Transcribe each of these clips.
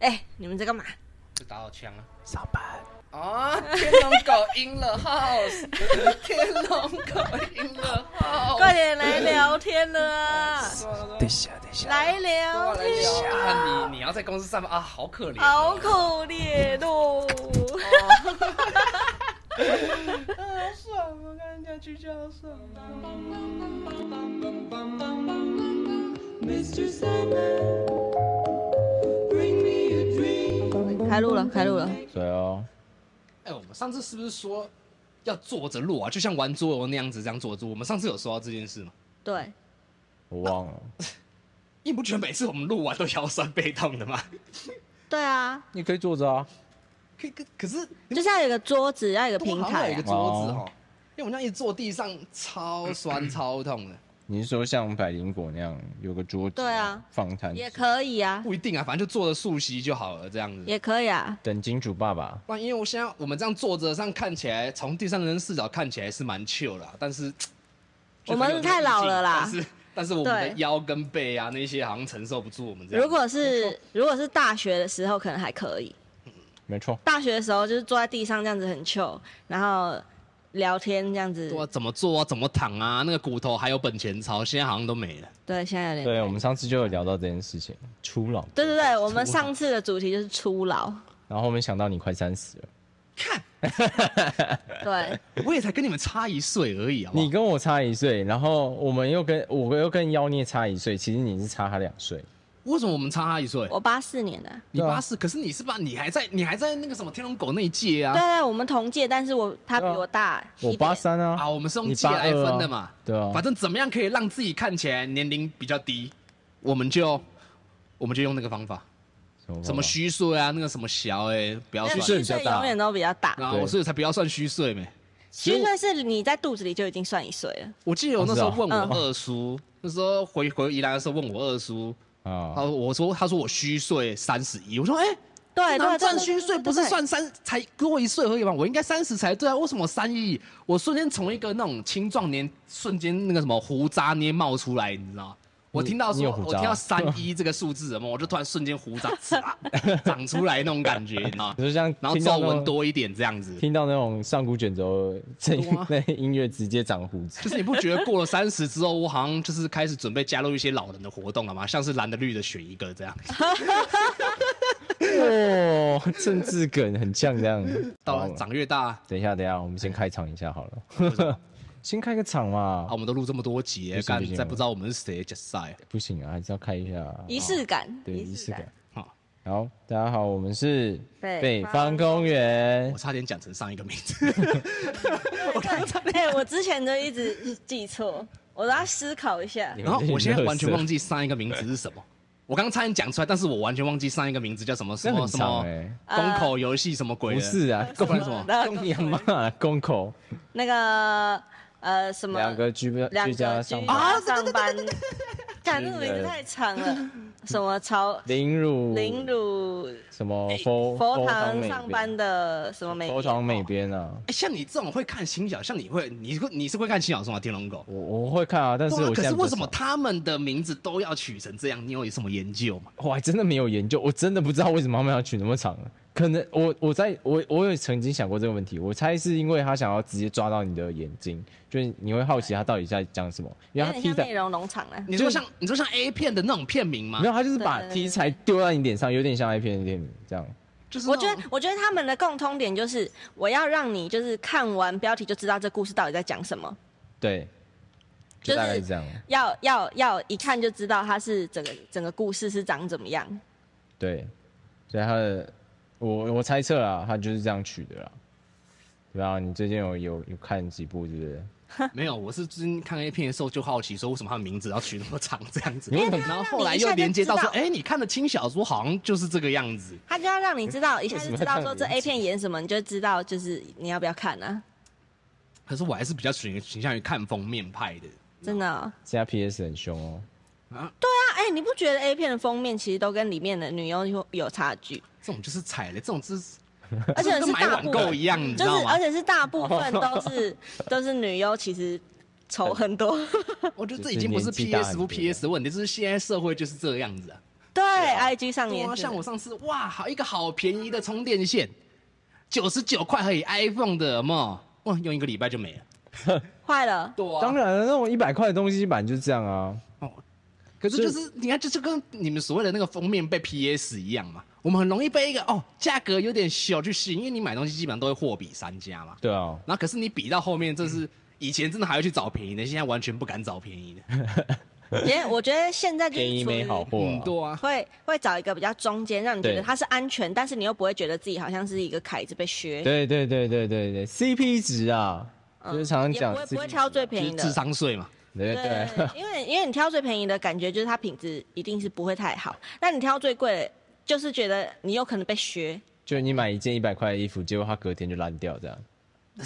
哎、你们在干嘛？就打我枪啊！上班。啊！天龙狗 in the house，天龙狗 in the house，快点来聊天了 啊！等一下，等一下。来过聊来天，聊啊！你你要在公司上班啊，好可怜、好可怜哦。好爽啊！跟人家去就好爽啊！ Mr. Sandman, bring me a dream. 开录了，开录了。对哦，哎、我们上次是不是说要坐着录啊？就像玩桌游那样子这样坐着录。我们上次有说到这件事吗？对，我忘了。你不觉得每次我们录完都腰酸背痛的吗？对啊，你可以坐着啊，可可可是就是要有一个桌子，要有一个我平好像台、有一个啊。桌子哦哦，因为我那一直坐地上超酸超痛的。你是说像百灵果那样有个桌子，对啊，放摊也可以啊，不一定啊，反正就坐着竖席就好了，这样子。也可以啊。等金主爸爸。那因为我现在我们这样坐着上看起来，从第三人称视角看起来是蛮 chill 的啊、但是我们是太老了啦但是但是我们的对腰跟背啊那些好像承受不住我们这样。如果是如果是大学的时候，可能还可以。没错，大学的时候就是坐在地上这样子很 chill，然后聊天这样子。对啊，怎么坐啊，怎么躺啊，那个骨头还有本钱操，现在好像都没了。对，现在有点。对我们上次就有聊到这件事情，初老。对对对，我们上次的主题就是初老。然后我们想到你快三十了， 对，我也才跟你们差一岁而已，好不好你？跟我差一岁，然后我们又跟我又跟妖孽差一岁，其实你是差他两岁。为什么我们差一岁？我八四年的、你对啊八十，可是你是吧？你还在，你还在那个什么天龙狗那一届啊对？对，我们同届，但是我他比对啊我大一点。我八三啊，啊，我们是用你届八来二分啊的嘛。对啊，反正怎么样可以让自己看起来年龄比较低，我们就我们就用那个方法，正什么虚岁啊，那个什么小哎、不要没有，算。岁虚比较岁大永远都比较大。然后我对所以才不要算虚岁没。虚岁是你在肚子里就已经算一岁了。我记得我那时候哦是哦问我二叔，那时候回回宜兰的时候问我二叔，啊他说我说他说我虚岁三十一，我说哎。对对对，那算对虚岁不是？对对算三才多一岁而已嘛，我应该三十才对啊，为什么三一？我瞬间从一个那种青壮年，瞬间那个什么胡渣捏冒出来，你知道吗？我听到你说，有胡我渣听到三一这个数字什么，我就突然瞬间胡 渣唰长出来那种感觉，你知道吗？就像然后听到皱那纹种多一点这样子，听到那种上古卷轴，这对啊 那音乐直接长胡子。就是你不觉得过了三十之后，我好像就是开始准备加入一些老人的活动了吗？像是蓝的绿的选一个这样。啊哦， 政治梗很像这样。 到好了长越大，啊，等一下，等一下，我们先开场一下好为什 么了。先开个场嘛，我们都录这么多集不，行干不行再不知道我们是谁，假 赛。不行啊，还是要开一下仪式感。对仪式感。。好，好，大家好，我们是北北方方公园我，差点讲成上一个名字。 哎、我之前就一直记错，我都要思考一下。然后我现在完全忘记记，上一个名字是什么。我刚刚差点讲出来，但是我完全忘记上一个名字叫什么什这么很什么长哎，公口游戏什么鬼不的？是啊，公然什 么公你妈公口，那个呃什么两个居两个居家上班，啊班上班，干这个名字太长了，什么朝凌辱凌辱哎什么佛佛堂堂美上边班的什么美佛堂美编啊，哎，像你这种会看新小，像你会，你会你是会看新小说吗？天龙狗。我我会看啊，但是对啊我可现在是比较为什么少他们的名字都要取成这样？你有什么研究吗？我还真的没有研究，我真的不知道为什么他们要取那么长。可能我我在我我有曾经想过这个问题，我猜是因为他想要直接抓到你的眼睛，就是你会好奇他到底在讲什么，因有为他点题像内材容农场啊。你说像你说像 A 片的那种片名吗没？有，他就是把对对对题材丢到你脸上，有点像 A 片的电影这样。就是我那觉种得，我觉得他们的共通点就是，我要让你就是看完标题就知道这故事到底在讲什么，对，就是就大概是这样。要要要一看就知道它是整个整个故事是长怎么样。对，所以他的我我猜测啊，他就是这样取的啦。对啊，你最近有有有看几部，对不对？没有，我是最近看 A 片的时候就好奇，说为什么他的名字要取那么长这样子？因为他然后后来又连接到说，哎，你看的轻小说好像就是这个样子。他就要让你知道，一下就知 道说这为什么要看 A 片演什么，你就知道就是你要不要看啊？可是我还是比较倾倾向于看封面派的。真的哦、现在 PS 很凶哦。啊，哎、你不觉得 A 片的封面其实都跟里面的女优有有差 距，这种就是踩雷，这种就是，而且是这跟买大网部购分一样，你知就道是吗而？且是大部分都 是都是女优，其实仇很多。我觉得这已经不是就是年纪大 PS 不很多 PS 的问题，就是现在社会就是这样子啊。对，IG 上对面啊，是像我上次哇，好一个好便宜的充电线，九十九块而已，iPhone 的有没有哇，用一个礼拜就没了。坏了，对啊当然了，那种一百块的东西版就是这样啊。可是就是你看，这就跟你们所谓的那个封面被 PS 一样嘛，我们很容易被一个哦价格有点小去吸引，因为你买东西基本上都会货比三家嘛。对啊，然后可是你比到后面，这是以前真的还会去找便宜的，现在完全不敢找便宜的。也我觉得现在就是便宜处于没好货、啊嗯，对啊，会会找一个比较中间，让你觉得对它是安全，但是你又不会觉得自己好像是一个凯子被削。对对对对对对，CP 值啊，嗯，就是常常也讲不会 CP 值啊，不会挑最就便是宜的智。商税嘛。对对对，因为因为你挑最便宜的感觉就是它品质一定是不会太好，那你挑最贵的，就是觉得你有可能被削。 就你买一件一百块的衣服，结果它隔天就烂掉，这样，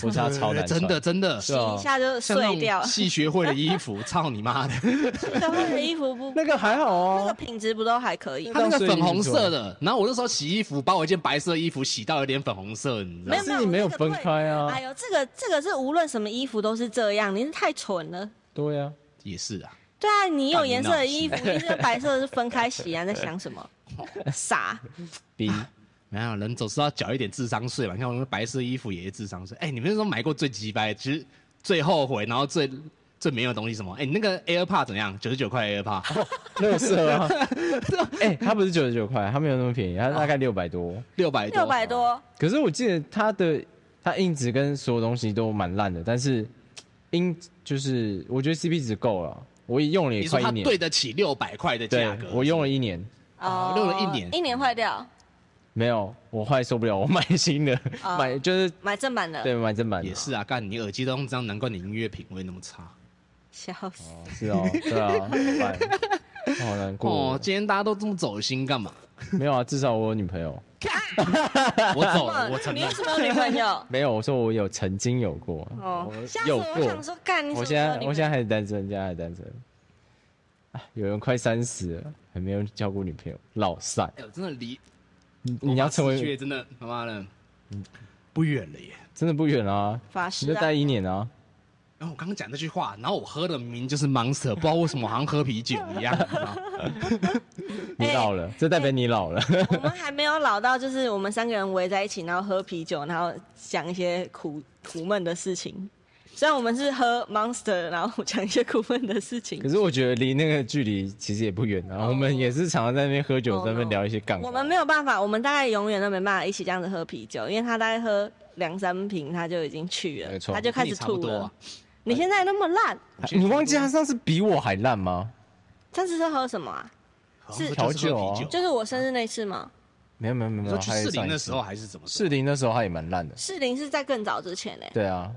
我差啊超难穿呃真的，真的，对啊一下就像那碎掉 种，戏学会的衣服，操你妈的！社会的衣服不那个还好那个哦，品质不都还可以？它那个所以粉红你说色的，然后我那时候洗衣服，把我一件白色衣服洗到有点粉红色，你知道没有？没吗是有，你没有那个对分开啊哎呦，这个这个是无论什么衣服都是这样，你是太蠢了。对啊，也是啊，对啊，你有颜色的衣服，你这白色的是分开洗 啊，你在想什么？傻，比没有人总是要缴一点智商税嘛。你看我们白色衣服也是智商税。哎、你们那时候买过最鸡掰，其实最后悔，然后最最没有的东西什么？哎、你那个 AirPod 怎样？九十九块 AirPod，乐色啊，哎，它不是九十九块，它没有那么便宜，它大概六百多。六百多，六百多，可是我记得它的它音质跟所有东西都蛮烂的，但是音就是我觉得 CP 值够了，我也用了也你说快一它年，对得起六百块的价对格？我用了一年，哦用了一年一年坏掉，没有，我后来受不了，我买新的，哦买就是买正版的，对买正版啊的也是啊，干你耳机都用这样，难怪你音乐品味那么差。笑死。是哦，对啊，怎么办好难过哦，，今天大家都这么走心干嘛？没有啊，至少我有女朋友，？我走了，我 承你认为。什么有女朋友 没有，我说我有曾经有过，哦，吓死有我！我过想，说，干你什我么现时候有女在朋友？我现在还是单身，现在还是单身，啊，有人快三十了，还没有交过女朋友，老散。哎呦，真的离你你要成我妈死去为嗯真的他妈的不远了耶。真的不远啊，法你师就啊，待一年啊，然后我刚刚讲那句话，然后我喝的明明就是 Monster，不知道为什么好像喝啤酒一样。你知道吗你哎老了，这代表你老了。 我们还没有老到，就是我们三个人围在一起，然后喝啤酒，然后讲一些苦苦闷的事情。虽然我们是喝 Monster，然后讲一些苦闷的事情可。是我觉得离那个距离其实也不远啊，我们也是常常在那边喝酒，哦在那边聊一些杠话。我们没有办法，我们大概永远都没办法一起这样子喝啤酒，因为他大概喝两三瓶他就已经去了没，错 他就开你始差不吐多了。啊哎你现在那么烂，啊你忘记他上次比我还烂吗？上次是喝什么啊？好像是就是喝啤调酒哦酒。就是我生日那次吗？没有没有没你有没说有，去还士是上林一的次时候，还是怎么？士林那时候他也蛮烂的。士林是在更早之前呢、欸对啊，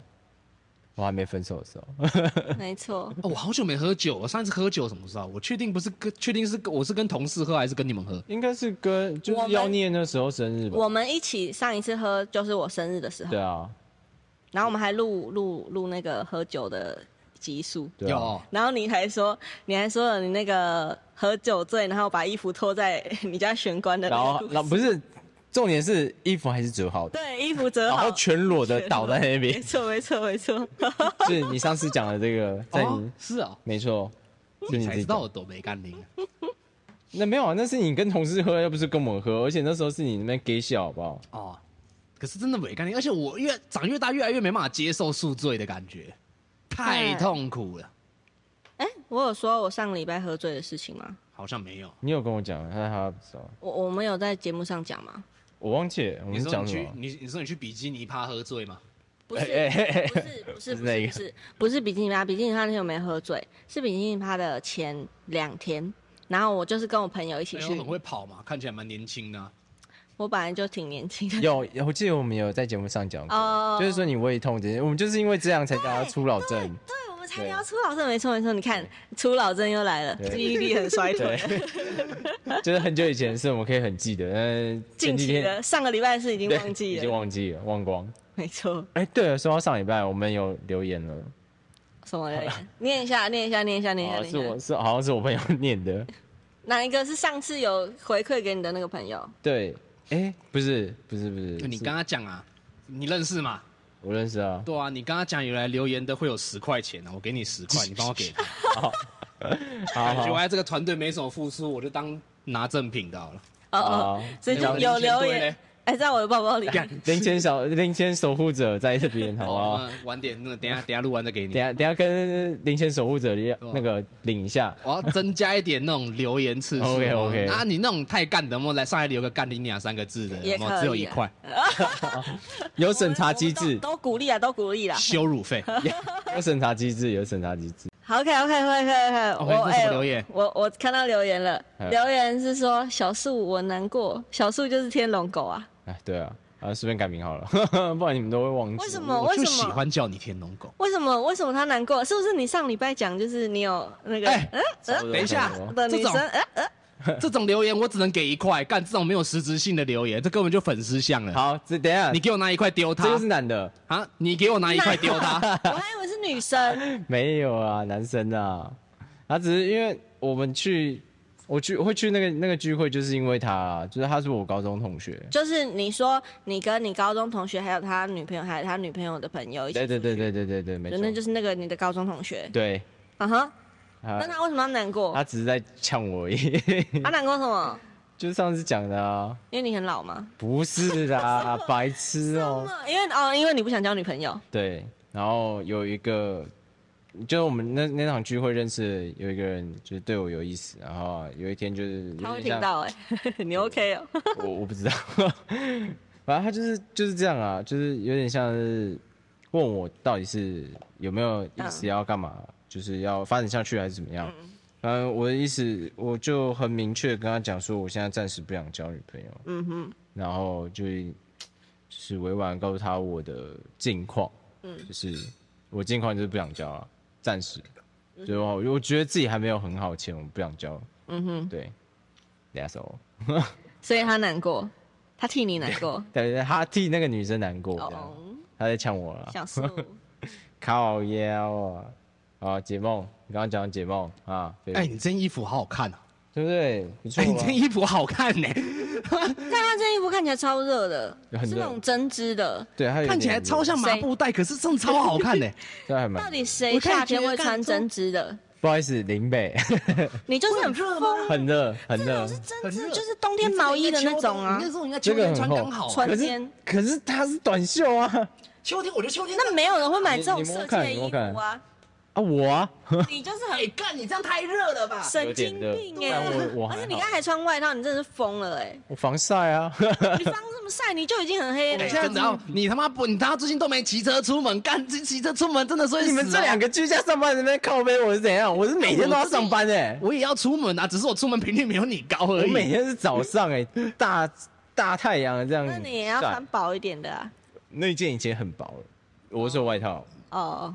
我还没分手的时候，没 错，哦，我好久没喝酒，我上一次喝酒什么时候？我确定不是跟确定是跟我是跟同事喝还是跟你们喝？应该是跟就我是们妖孽那时候生日吧。我们一起上一次喝就是我生日的时候对，啊，然后我们还录录录那个喝酒的集数，对啊，有然后你还说你还说了你那个喝酒醉，然后把衣服脱在 你家玄关的那然个后故事然后不是重点是衣服还是折好的，对衣服折然好后，全裸的倒在那没 边。错没错没错，就是你上次讲的这个，在你、哦，是啊，没错，嗯就你才自己知道我讲。多没干零。啊那没有啊，那是你跟同事喝，又不是跟我喝，而且那时候是你那边给笑，好不好？哦，可是真的没概念，而且我越长越大，越来越没办法接受宿醉的感觉，太对痛苦了。哎，我有说我上礼拜喝醉的事情吗？好像没有，你有跟我讲，但他不知道，我我们有在节目上讲吗？我忘记了我你们说讲你什去么。你你说你去比基尼趴喝醉吗？不是哎哎哎不是不是不是不那是个不是不是比基尼趴，比基尼趴那天我没喝醉，是比基尼趴的前两天，然后我就是跟我朋友一起哎呦去很，会跑嘛，看起来蛮年轻的啊、我本来就挺年轻的，有，我记得我们有在节目上讲过哦就是说你胃痛这件，我们就是因为这样才叫他出老 症。对，我们才对聊初老症，没错没错，你看初老症又来了，对记忆力很衰退。就是很久以前的事，我们可以很记得，但是近前几期天的上个礼拜的事已经对忘记已经了，忘记了，忘光。没错。哎、对了，说到上礼拜，我们有留言了，什么留言？念一下，念一下，念一下，念一下，哦，念是一下。我是好像是我朋友念的，哪一个是上次有回馈给你的那个朋友？对，哎、不是不是不是，哦就你是跟他讲啊，你认识嘛？我认识 啊，对啊，你跟他讲有来留言的会有十块钱啊，我给 你十块，你帮我给他。好感觉我好 在这个团队没什么付出，我就当拿赠品的好了。哦哦哦，所以就有留言，哎，在我的包包里。干零钱小零钱守护者在这边，好不好？哦，那晚点，那个等一下 等一下录完再给你等。下等下跟零钱守护者要对啊那个领一下，我要增加一点那种留言次数。 OK，OK 啊，你那种太干的，我来上来留个“干你娘”三个字的，也有没有可以啊只有一块，有审查机我制们，都都鼓励啊，都鼓励啦。羞辱 费。有审查机制，有审查机制。好，OK OK OK OK， OK，我哎那什么留言我我看到留言了嗯，留言是说小树我难过，小树就是天龙狗啊，哎，对啊，啊，随便改名好了， 不然你们都会忘记。为什么？我为就什喜么？欢叫你天龙狗。为什么？为什么他难过？是不是你上礼拜讲就是你有那个哎嗯嗯等一啊下的女这生？种嗯嗯， 这种留言我只能给一块，干这种没有实质性的留言，这根本就粉丝像了。，好，这等一下，你给我拿一块丢这他又是男的？啊！你给我拿一块丢 他。 我还以为是女生。没有啊，男生啊，他只是因为我们去，我去我会去那个那个聚会，就是因为他啊，就是他是我高中同学。就是你说你跟你高中同学，还有他女朋友，还有他女朋友的朋友一起对出去，对对对对对对，没就那就错，是那个你的高中同学。对，啊嗯哼，啊他那他为什么要难过他？只是在呛我而已， 他难过什么？就是上次讲的啊，因为你很老吗？不是啦，白痴哦、因为哦，因为你不想交女朋友。对，然后有一个，就是我们那那场聚会认识的有一个人，就是对我有意思，然后有一天就是有他会点听像到哎、 你 OK 哦？我我不知道，反正他就是就是这样啊，就是有点像是问我到底是有没有意嗯思要干嘛，就是要发展下去还是怎么样。反正我的意思，我就很明确地跟他讲说，我现在暂时不想交女朋友，嗯哼，然后就就是委婉地告诉他我的近况，嗯就是我近况就是不想交啊，暂时，就我我觉得自己还没有很好前，我不想交，嗯哼，对，that's all。所以他难过，他替你难 过。对，对他替那个女生难过，这样哦，他在呛我了，小树，靠腰啊！啊，解梦，你刚刚讲解梦啊，对，哎，你这件衣服好好看啊！对不对？不错啊哎，吧，你这件衣服好看呢，但他这件衣服看起来超热的，很热是那种针织的。对，他有看起来点超像麻布袋，可是真的超好 看呢。对，还蛮到。底谁夏天会穿针织的？不好意思，林北 你就是很疯，很热，很热这种是，针很织，热就是冬天毛衣的那种啊你那。时候应该这秋个天很穿厚刚好啊。穿可间是可是他是短袖啊秋天，我觉得秋天那没有人会买这种你你摸设计看的你衣摸服啊！啊，我啊，你就是很哎，干你这样太热了吧？神经有病点哎、热但我我还好而且你刚才还穿外套，你真的是疯了 哎、我防晒啊， 你防这么晒，你就已经很黑了哎，欸。真的哦，你他妈不，你他妈最近都没骑车出门，干这骑车出门真的所以你们这两个，个居家上班的在那边靠背，我是怎样？我是每天都要上班哎，我也要出门啊，只是我出门频率没有你高而我已。每天是早上哎，大大太阳这样，嗯那你也要穿薄一点的啊。那件以前很薄了，我是有外套，哦，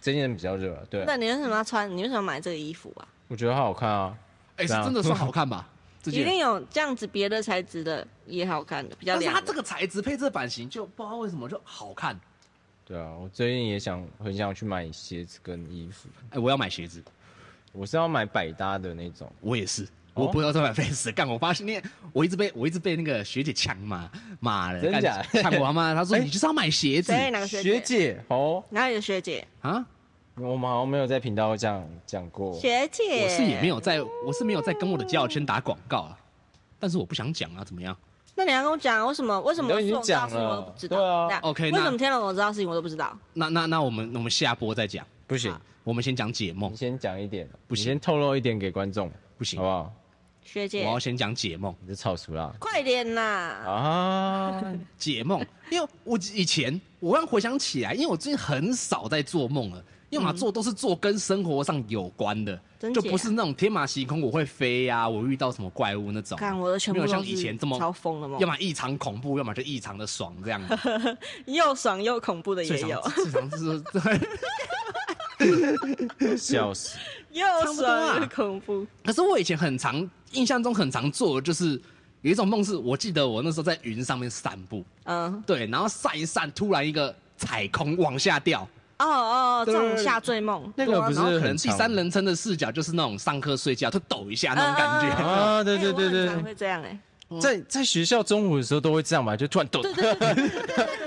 这件比较热，对，那你为什么要穿？你为什么买这个衣服啊？我觉得它好看啊。哎，是真的算好看 吧？这一件定有这样子别的材质的也好看的，比较但是凉它的。这个材质配这版型，就不知道为什么就好看。对啊，我最近也想很想去买鞋子跟衣服，哎，我要买鞋子，我是要买百搭的那种。我也是。哦我不知道在买 face 干，我发现那我一直被我一直被那个学姐呛骂骂了，真干假呛我妈， 她说哎你就是要买鞋子谁哪个学学姐？姐哦，哪里的学姐？啊，我们好像没有在频道这样讲过。学姐，我是也没有。在，我是没有在跟我的交友圈打广告啊，但是我不想讲啊，怎么样那你要跟我讲啊为什么？为什么你都已经我这种讲大事情我了都不知道？对啊那 OK，为那什么天龙我知道的事情我都不知道？那那那我们我们下播再讲，不行好，我们先讲解梦你，先讲一点，不你行先透露一点给观众，不行好不，好？学我姐，要先讲解梦，你是草熟 啦快点呐！啊！解梦，因为我以前我刚回想起来，因为我最近很少在做梦了，因为嘛做都是做跟生活上有关的，嗯真就假不是那种天马行空，我会飞呀、我遇到什么怪物那种，啊看我的全部没有都像是以前这么超疯的梦要，么异常恐怖，要么就异常的爽这样，又爽又恐怖的 最也常有，最常是 对。笑死！又差不多啊爽又恐怖。可是我以前很常印象中很常做的就是有一种梦，是我记得我那时候在云上面散步，嗯，对，然后散一散，突然一个踩空往下掉，哦哦，这对种对对下坠梦，那个不是然后可能很第常三人称的视角就是那种上课睡觉就抖一下那种感觉。啊？对对哎对我很常对，会这样哎。在在学校中午的时候都会这样吧，就突然抖，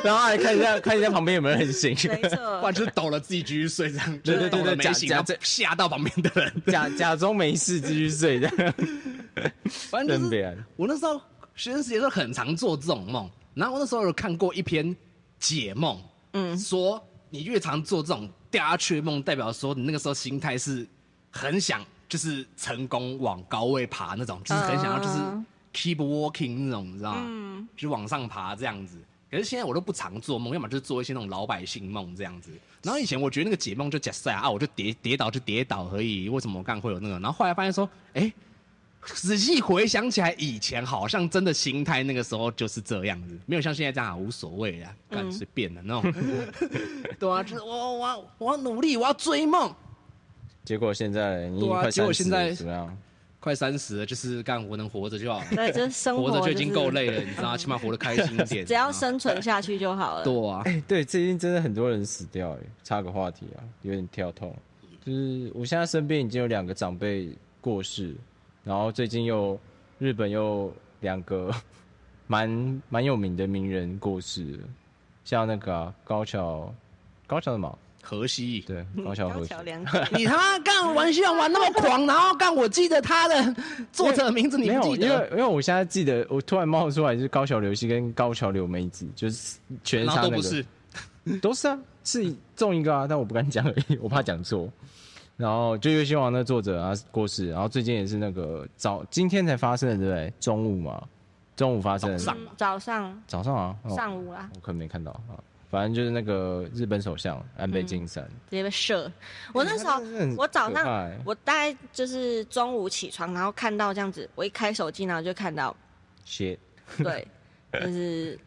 然后还看一下看一下旁边有没有人醒， 没错 不，然就是抖了自己继续睡这样，对就是对对抖了对没假醒，假 然后吓到旁边的人。假假装没事继续睡的。反正真就是悲哀。我那时候学生时期的时候很常做这种梦，然后我那时候有看过一篇解梦，嗯，说你越常做这种掉下去的梦，代表说你那个时候心态是很想就是成功往高位爬那种，就是很想要就是 keep walking 那种，你知道吗？嗯，就是往上爬这样子。可是现在我都不常做梦，要么就是做一些那种老百姓梦这样子。然后以前我觉得那个解梦就假赛啊，我就跌跌倒就跌倒而已，为什么我刚会有那个？然后后来发现说，哎、仔细回想起来，以前好像真的心态那个时候就是这样子，没有像现在这样啊无所谓啊，干随便的那种。对啊，就是我我要我要努力，我要追梦。结果现在你已经对啊快结果现三十在了，怎么样？ 快三十了，就是干我能活着就好，对，就是生活活着就已经够就是累了，你知道吗，起码活得开心一点。只要生生存下去就好了。对啊，哎，啊对，最近真的很多人死掉，哎，插个话题啊，有点跳痛。就是我现在身边已经有两个长辈过世，然后最近又日本又两个 蛮蛮有名的名人过世了，像那个啊、高桥，高桥什么？河西。对，高桥高和桥子。 良子，你他妈干玩笑玩那么狂，然后干我记得他的作者名字，你没不有，记因为得？因为我现在记得，我突然冒出来就是高桥留希跟高桥留美子，就是全然后杀那都个，不是，都是啊，是中一个啊，但我不敢讲而已， 我怕讲错。然后就《月新王》的作者啊过世，然后最近也是那个早今天才发生的，对不对？中午嘛，中午发生的，早上嗯 早上早上啊，哦上午啦，我可能没看到啊，反正就是那个日本首相安倍晋三，直接被射。嗯我那时候他哎真的很我早可怕上欸我大概就是中午起床，然后看到这样子，我一开手机，然后就看到， shit， 对，就是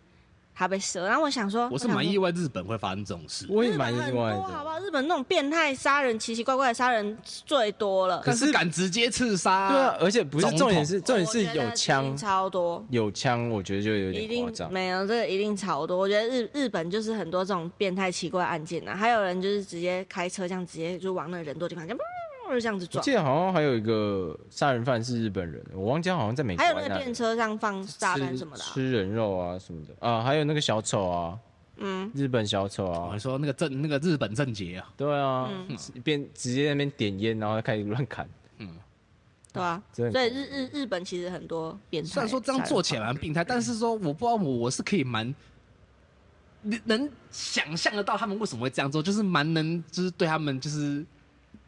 他被射。然后我想说，我是想蛮说意外日本会发生这种事。我也日蛮本意很外多好不的。好？日本那种变态杀人、奇奇怪怪的杀人最多了。但是敢直接刺杀、对啊，而且不是总统重点是重点我是觉得有一定枪，超多，有枪，我觉得就有一点夸定张。没有这个一定超多。我觉得日日本就是很多这种变态奇怪案件啊，还有人就是直接开车这样直接就往那个人多的地方这样砰就这样子我撞记，得好像还有一个杀人犯是日本人，我忘记他好像在美国还有还那是个哪里电车上放炸弹吃什么的啊、吃人肉啊什么的啊，还有那个小丑啊，嗯，日本小丑啊我，哦说那个正那个日本正杰啊，对啊，嗯一边直接在那边点烟，然后开始乱砍，对啊，真所的以日日日本其实很多哎变态。虽然说这样做起来，蛮病态，但是说我不知道我我是可以蛮能能想象得到他们为什么会这样做，就是蛮能就是对他们就是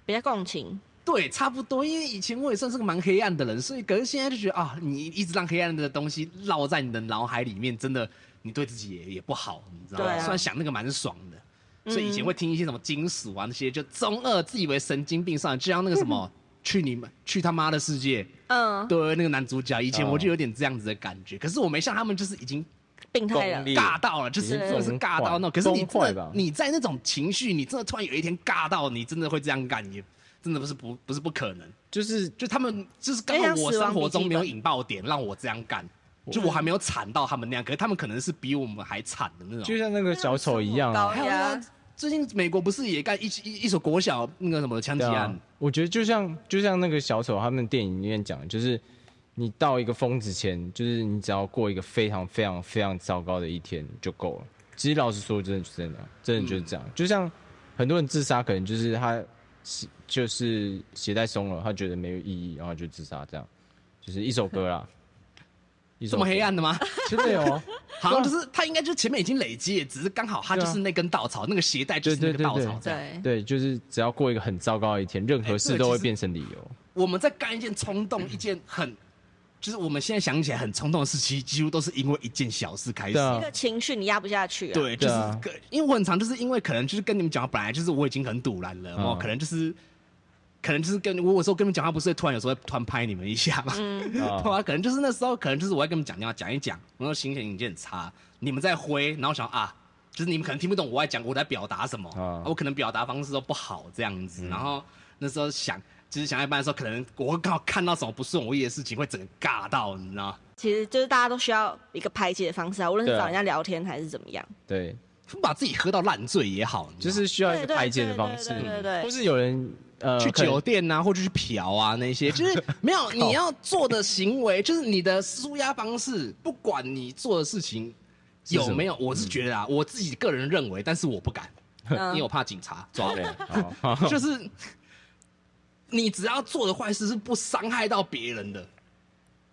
比较共情，对差不多，因为以前我也算是个蛮黑暗的人，所以可是现在就觉得啊，你一直让黑暗的东西烙在你的脑海里面，真的你对自己也也不好，你知道吗？对啊虽然想那个蛮爽的。所以以前会听一些什么金属啊那些，就中二自以为神经病上，就像那个什么，去你们 去他妈的世界，嗯，对那个男主角，以前哦我就有点这样子的感觉，可是我没像他们，就是已经病态人功力尬到了，就是对真的是尬到那种。可崩是你坏真吧的，你在那种情绪，你真的突然有一天尬到，你真的会这样干，也真的不是不不是不可能。就是就他们就是刚好就像我哎死亡生活笔记中没有本引爆点，让我这样干，就我还没有惨到他们那样，可是他们可能是比我们还惨的那种。就像那个小丑一样啊，高压，最近美国不是也干一一一所国小那个什么枪击对案啊？，我觉得就像就像那个小丑他们电影里面讲的，就是你到一个峰值前，就是你只要过一个非常非常非常糟糕的一天就够了。其实老实说，真的就是这样，真的就是这样。嗯就像很多人自杀，可能就是他是就是鞋带松了，他觉得没有意义，然后就自杀，这样就是一首歌 啦。一首这歌么黑，暗的吗？真的有 啊，好像就是他应该就是前面已经累积了，只是刚好他就是那根稻草，那个鞋带就是那个稻草这样。对，对，就是只要过一个很糟糕的一天，任何事都会变成理由。我们在干一件冲动、一件很，就是我们现在想起来很冲动的事情，几乎都是因为一件小事开始。对啊一个情绪你压不下去啊，对，就对是啊个，因为我很常就是因为可能就是跟你们讲，本来就是我已经很堵然了，嗯我、可能就是，可能就是跟我有时候跟你们讲话，不是会突然有时候会突然拍你们一下嘛， 啊对啊，可能就是那时候，可能就是我在跟你们讲电话讲一讲，然后心情已经很差，你们在挥，然后想啊，就是你们可能听不懂我在讲我在表达什么，啊我可能表达方式都不好这样子，然后那时候想。就是想一哎般的时候，可能我刚好看到什么不顺我意的事情，会整个尬到，你知道吗？其实就是大家都需要一个排解的方式啊，无论是对啊找人家聊天还是怎么样。对，把自己喝到烂醉也好，你知就道吗是需要一对个对排解的对方对式，对对对或是有人呃去可能酒店啊，或者去嫖啊那 些，就是没有你要做的行哦为，就是你的舒压方式，不管你做的事情是什有么嗯没有，我是觉得啊，我自己个人认为，但是我不敢， 因为我怕警 察抓我。 对，好，好就是你只要做的坏事是不伤害到别人的，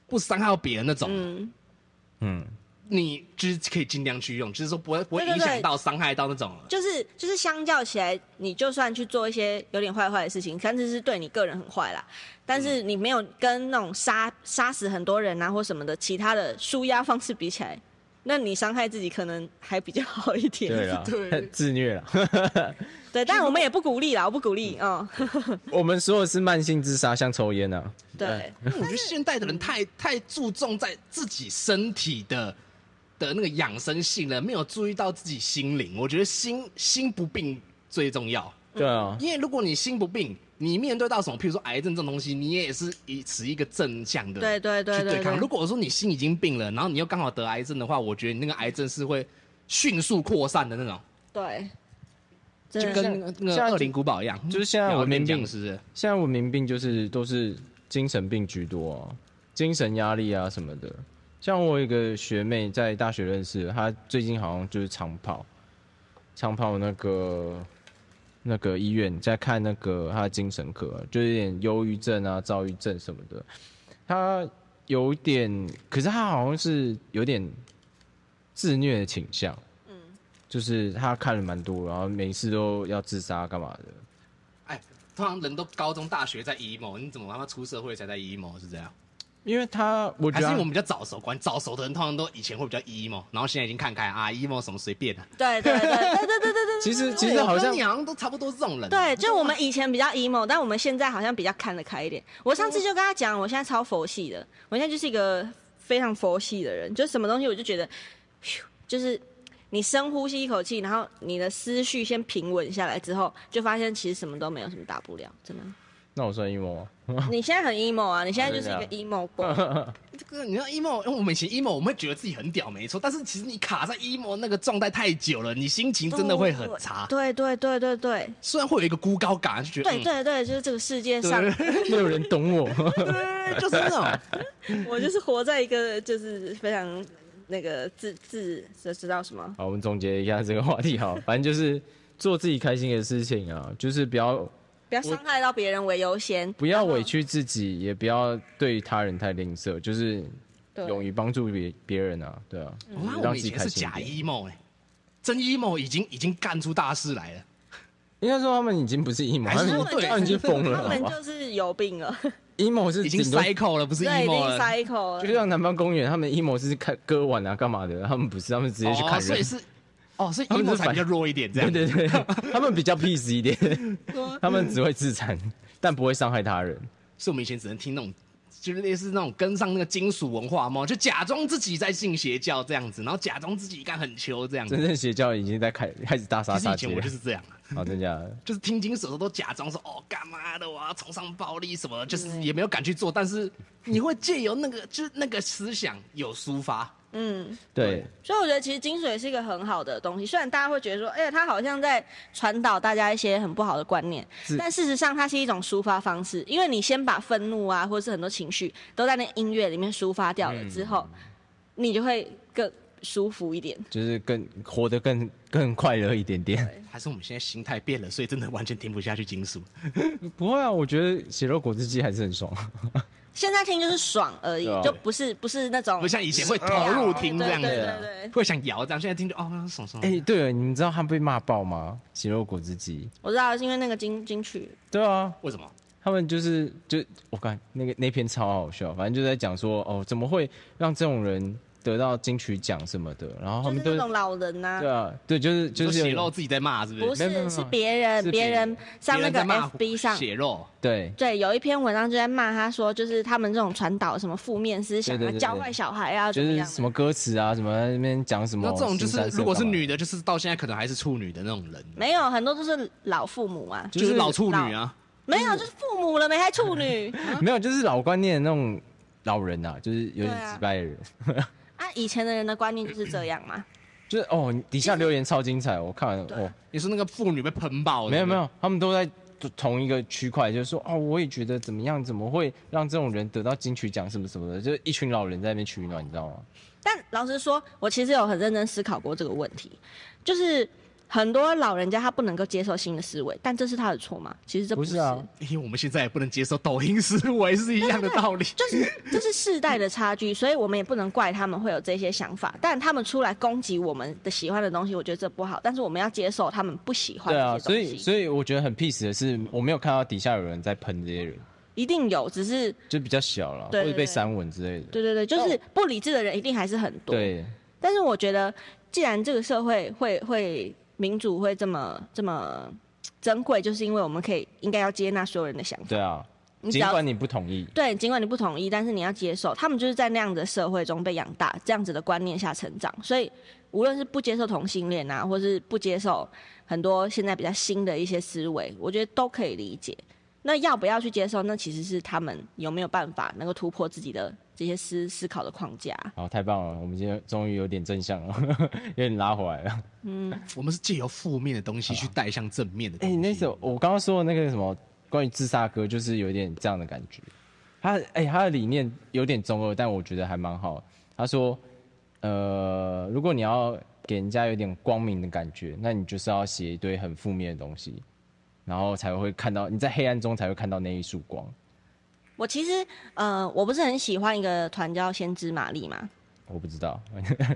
不伤害到别人那种，嗯， 嗯，你就是可以尽量去用，就是说不会不会对对影对响到伤害到那种了。就是就是相较起来，你就算去做一些有点坏坏的事情，但是是对你个人很坏啦。但是你没有跟那种杀杀死很多人啊或什么的其他的舒压方式比起来，那你伤害自己可能还比较好一点。对啦， 自虐啦。对但我们也不鼓励啦，我不鼓励嗯，我们说的是慢性自杀，像抽烟啊，对，因为我觉得现代的嗯人太太注重在自己身体的的那个养生性了，没有注意到自己心灵。我觉得心心不病最重要，对啊，因为如果你心不病，你面对到什么，譬如说癌症这种东西，你也是以持一个正向的对对对去对对抗。对如果说你心已经病了，然后你又刚好得癌症的话，我觉得你那个癌症是会迅速扩散的那种，对，就真的跟那现个在就恶灵古堡一样，就是现在我文明面病讲师现在文明病就是都是精神病居多、啊，精神压力啊什么的。像我有一个学妹在大学认识的，她最近好像就是长跑，长跑那个那个医院在看那个她的精神科，就有点忧郁症啊、躁郁症什么的。她有点，可是她好像是有点自虐的倾向，嗯，就是她看了蛮多，然后每次都要自杀干嘛的。哎，通常人都高中、大学在 emo，你怎么他妈出社会才在 emo 是这样？因为他，我觉还是因得他为我们比较早熟，管早熟的人通常都以前会比较 emo，然后现在已经看开啊，emo 什么随便的、对对对对对对对对。 其实其对实我好跟像你啊好像都差不多是这种人。啊对，就我 们以前比较 emo，但我们现在好像比较看得开一点。我上次就跟他讲，我现在超佛系的，我现在就是一个非常佛系的人，就什么东西我就觉得，咻就是你深呼吸一口气，然后你的思绪先平稳下来之后，就发现其实什么都没有什么大不了， 真的。那我算 emo 吗？你现在很 emo 啊，你现在就是一个 emo boy，这个你要 emo，因为我们以前 emo，我们会觉得自己很屌，没错。但是其实你卡在 emo 那个状态太久 了，你心情真的会很差。对对对对对虽然会有一个孤高感，就觉得对对对，就是这个世界上，嗯、对 没有人懂我， 对，就是那种。我就是活在一个就是非常那个自自这知道什么。好，我们总结一下这个话题。好，反正就是做自己开心的事情啊，就是不要不要伤害到别人为优先，不要委屈自己，也不要对他人太吝啬，就是对勇于帮助别别人啊，对啊，嗯我妈，我让们自以己前开是心假一点。 emo 哎、真 emo 已经已经干出大事来了。应该说他们已经不是 emo，还是他们他们他们已经疯了，他好们吧就是有病了， ？emo 是已经顶多 cycle 了，不是对，已经 emo 了。 cycle 了。就像南方公园，他们 emo 是看割腕啊干嘛的，他们不是，他们直接去哦，砍所以人。是哦，所以他们 emo 是才比较弱一点，这对样对对， 他们比较 peace 一点，他们只会自残，但不会伤害他人。所以我们以前只能听那种，就是类似那种跟上那个金属文化嘛，就假装自己在信邪教这样子，然后假装自己干很秋这样子真。正邪教已经在开开始大杀其实以杀戒前我了就。是这样，啊好，真假的？就是听金属的时候都假装说哦干嘛的，我要崇尚暴力什么的，就是也没有敢去做，但是你会借由那个就是那个思想有抒发，嗯，对，所以我觉得其实精髓是一个很好的东西，虽然大家会觉得说，哎、呀，它好像在传导大家一些很不好的观念，是但事实上它是一种抒发方式，因为你先把愤怒啊，或者是很多情绪都在那个音乐里面抒发掉了之后，嗯你就会更舒服一点。就是更活得更更快乐一点点。还是我们现在心态变了，所以真的完全听不下去金属。不会啊，我觉得血肉果汁机还是 很爽。现在听就是爽而已，对啊就不是不是那种不像以前会投入听这样对对子，对对对会想摇这样，现在听就哦爽爽。哎、对了，你们知道他被骂爆吗？血肉果汁机。我知道，是因为那个金金曲，对啊，为什么？他们就是就我看那个那篇超好笑，反正就在讲说哦，怎么会让这种人得到金曲奖什么的，然后他就是们都那种老人呐、哦对啊，对，就是就就是血有肉自己在骂是不是？不没有没是，有没有是别人，别是别人人上那别人个在骂 FB 上，血肉，对对，有一篇文章就在骂他说，就是他们这种传导什么负面思想啊对对，对对教坏小孩啊，就怎么是样什么歌词啊，什么在那边讲什那么新这三种色干嘛的。就是如果是女的，就是到现在可能还是处女的那种人，啊的没有，很多都是老父母啊，就是老处女啊。没有，就是父母了没，还处女 没有，就是老观念的那种老人啊，就是对有点啊直白的人。啊。以前的人的观念就是这样嘛，就是哦，你底下留言超精彩，我看完哦，你说那个妇女被喷爆，没有没，有，他们都在同同一个区块，就是说哦，我也觉得怎么样，怎么会让这种人得到金曲奖什么什么的，就是一群老人在那边取暖，你知道吗？但老实说，我其实有很认真思考过这个问题，就是很多老人家他不能够接受新的思维，但这是他的错吗？其实这不是，是啊，因为我们现在也不能接受抖音思维是一样的道理。 就是这是世代的差距，所以我们也不能怪他们会有这些想法。但他们出来攻击我们的喜欢的东西，我觉得这不好。但是我们要接受他们不喜欢对啊，这些所东西。以所以我觉得很 peace 的是，我没有看到底下有人在喷这些人，一定有，只是就比较小了，对或者被对对删文之类的。对对对，就是不理智的人一定还是很多。对，但是我觉得，既然这个社会会会民主会这么这么珍贵，就是因为我们可以应该要接纳所有人的想法。对啊，你只尽要管你不同意，对，尽管你不同意，但是你要接受，他们就是在那样的社会中被养大，这样子的观念下成长，所以无论是不接受同性恋啊，或是不接受很多现在比较新的一些思维，我觉得都可以理解。那要不要去接受，那其实是他们有没有办法能够突破自己的这些思思考的框架。好，太棒了，我们今天终于有点正向了， 有点拉回来了。我们是借由负面的东西去带向正面的东哎、西。那首我刚刚说的那个什么关于自杀歌，就是有点这样的感觉。他哎、他的理念有点中二，但我觉得还蛮好。他说，呃，如果你要给人家有点光明的感觉，那你就是要写一堆很负面的东西，然后才会看到你在黑暗中才会看到那一束光。我其实呃，我不是很喜欢一个团叫先知玛丽 嘛，我不知道，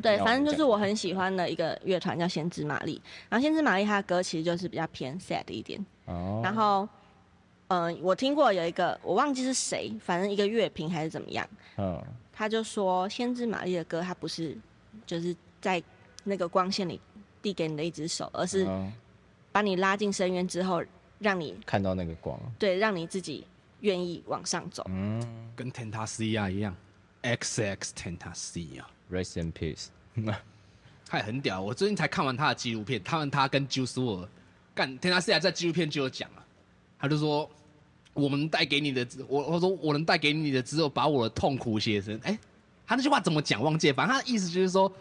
对，要反正就是讲我很喜欢的一个乐团叫先知玛丽。然后先知玛丽她的歌其实就是比较偏 sad 一点，哦，然后。嗯，我听过有一个我忘记是谁，反正一个乐评还是怎么样，嗯，他就说先知玛丽的歌，它不是就是在那个光线里递给你的一只手，而是嗯把你拉进深渊之后，让你看到那个光，对让你自己愿意往上走。嗯跟 Tentacia 一样，XX Tentacia， ，Rest in peace。 他也很屌。我最近才看完他的纪录片，看完他跟 Juice WRLD 干 Tentacia 在纪录片就有讲啊，他就说我们带给你的只，我我说我能带给你的只有把我的痛苦写成，哎、他那句话怎么讲忘记了，反正他的意思就是说。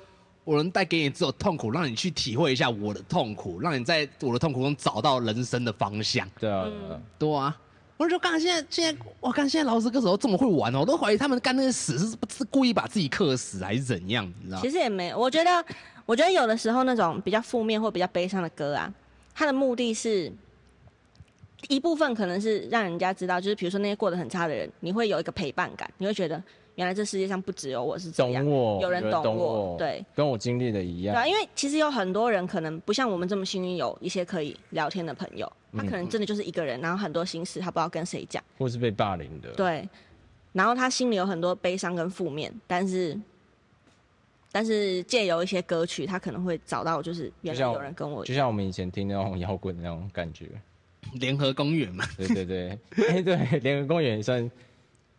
我能带给你只有痛苦，让你去体会一下我的痛苦，让你在我的痛苦中找到人生的方向。对啊，对啊对啊，我就干现在现在我看现在饶舌歌手都这么会玩哦，我都怀疑他们干那个死是是故意把自己克死还是怎样，你知道其？实也没有，我觉得，我觉得有的时候那种比较负面或比较悲伤的歌啊，它的目的是一部分可能是让人家知道，就是比如说那些过得很差的人，你会有一个陪伴感，你会觉得原来这世界上不只有我是这样懂，我，有人懂懂我，对。跟我经历的对一样啊，。因为其实有很多人可能不像我们这么幸运，有一些可以聊天的朋友，他可能真的就是一个人，然后很多心事他不知道跟谁讲，或是被霸凌的。，对，然后他心里有很多悲伤跟负面，但是但是借由一些歌曲，他可能会找到就是原就来像有人跟我一就样，像我们以前听那种摇滚的那种 感觉。联合公园嘛，对对对，哎、对，联合公园也算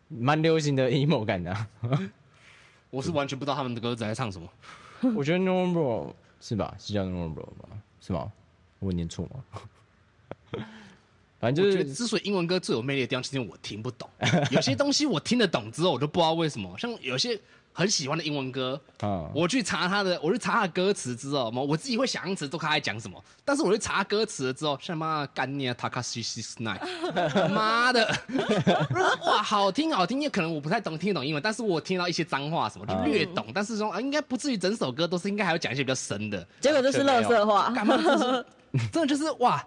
蛮流行的 emo 感 的啊、我嗯是完全不知道他们的歌在唱什么。我觉得 normal 是吧？是叫 normal 吧？是吗？我有念错吗？ 反正我就觉得是之所以英文歌最有魅力的地方，就是因为我听不 懂，有些东西我听得懂之后，我都不知道为什么。像有些很喜欢的英文歌，啊，我去查他的，我去查他的歌词之后，我自己会想象词都他在讲什么，但是我去查歌词了之后，像妈的干你啊 Takashi s n i g 妈的，哇，好听好听，也可能我不太懂听得懂英文，但是我听到一些脏话什么就略嗯懂，但是说啊，应该不至于整首歌都是，应该还有讲一些比较深的，结果就是乐色 话，干嘛就是真的就是哇，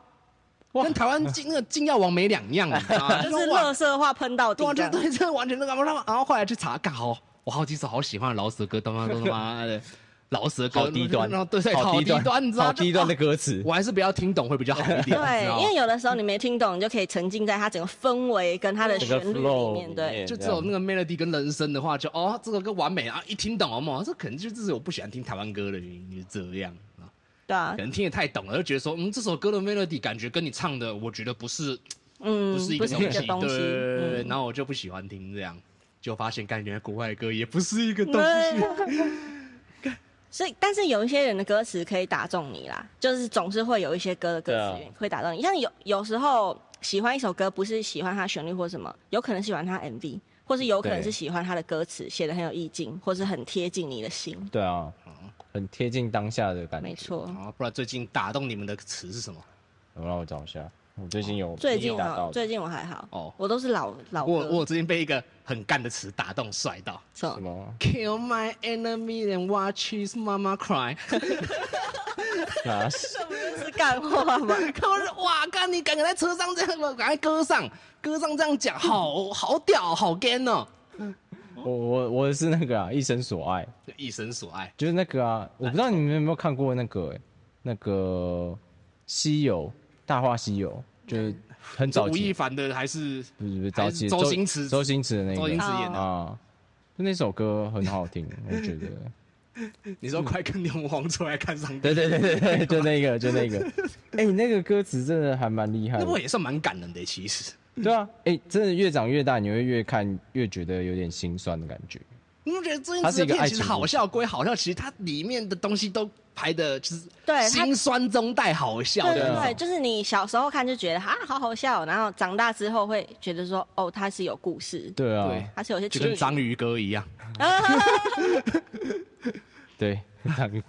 跟台湾禁那个禁药王没两样，啊你知道吗？就是说哇乐色话喷到底对啊，这就样。对，这完全那个。然后然后后来去查，干好，我好几首好喜欢的饶舌歌，他妈都他妈的饶舌歌，好低端然后对对，好低端，你知道好就低端的啊歌词。我还是不要听懂会比较好一点，你知道吗对，因为有的时候你没听懂，你就可以沉浸在它整个氛围跟它的整个旋律里 flow 面。对，就只有那个个 melody 跟人声的话，就哦，这首歌完美啊！一听懂哦，嘛，这可能就这是我不喜欢听台湾歌的原因，就是这样啊。对啊可，能听得太懂了，就觉得说，嗯，这首歌的 melody 感觉跟你唱的，我觉得不是嗯，不是一不个是东一西，嗯个东对对对对对西。嗯然后我就不喜欢听这样，就发现，感觉国外的歌也不是一 个东西。对。 所以，但是有一些人的歌词可以打中你啦，就是总是会有一些歌的歌词对啊会打中你。像有有时候喜欢一首歌，不是喜欢它的旋律或什么，有可能喜欢它 MV，或是有可能对是喜欢它的歌词写的很有意境，或是很贴近你的心。对啊，嗯很贴近当下的感觉。哦没错，啊，不然最近打动你们的词是什么？我让我找一下，我最近有最近有打我到最近我还好，哦我都是老老歌。我我最近被一个很干的词打动，帅到。什什么？么？ Kill my enemy and watch his mama cry，啊，是干话 吧？ 看我就哇，干你敢敢在车上这样，敢在歌上歌上这样讲，好好屌，好 gay 哦，我我我是那个啊，一生所爱，就一生所爱。就是那个啊，我不知道你们有没有看过那个、欸那个《西游》《大话西游》，就是很早吴亦期，凡的还是不是不是早期周星驰周星驰的那周星个驰演的？啊，就那首歌很好 听，我觉得。你说快跟牛魔王出来看上帝，对对对对 对，就那个就那个，哎、你那个歌词真的还蛮厉害那的部，也算蛮感人的，其实。对啊，哎、真的越长越大，你会越看越觉得有点心酸的感觉。你不觉得周星它驰的是一个片爱其实情好故事笑归好笑，其实它里面的东西都排的就是对它心酸中带好笑对的对啊对，就是你小时候看就觉得啊好好笑，然后长大之后会觉得说哦，它是有故事，对啊，对它是有些就情跟章鱼哥一样。对，两个。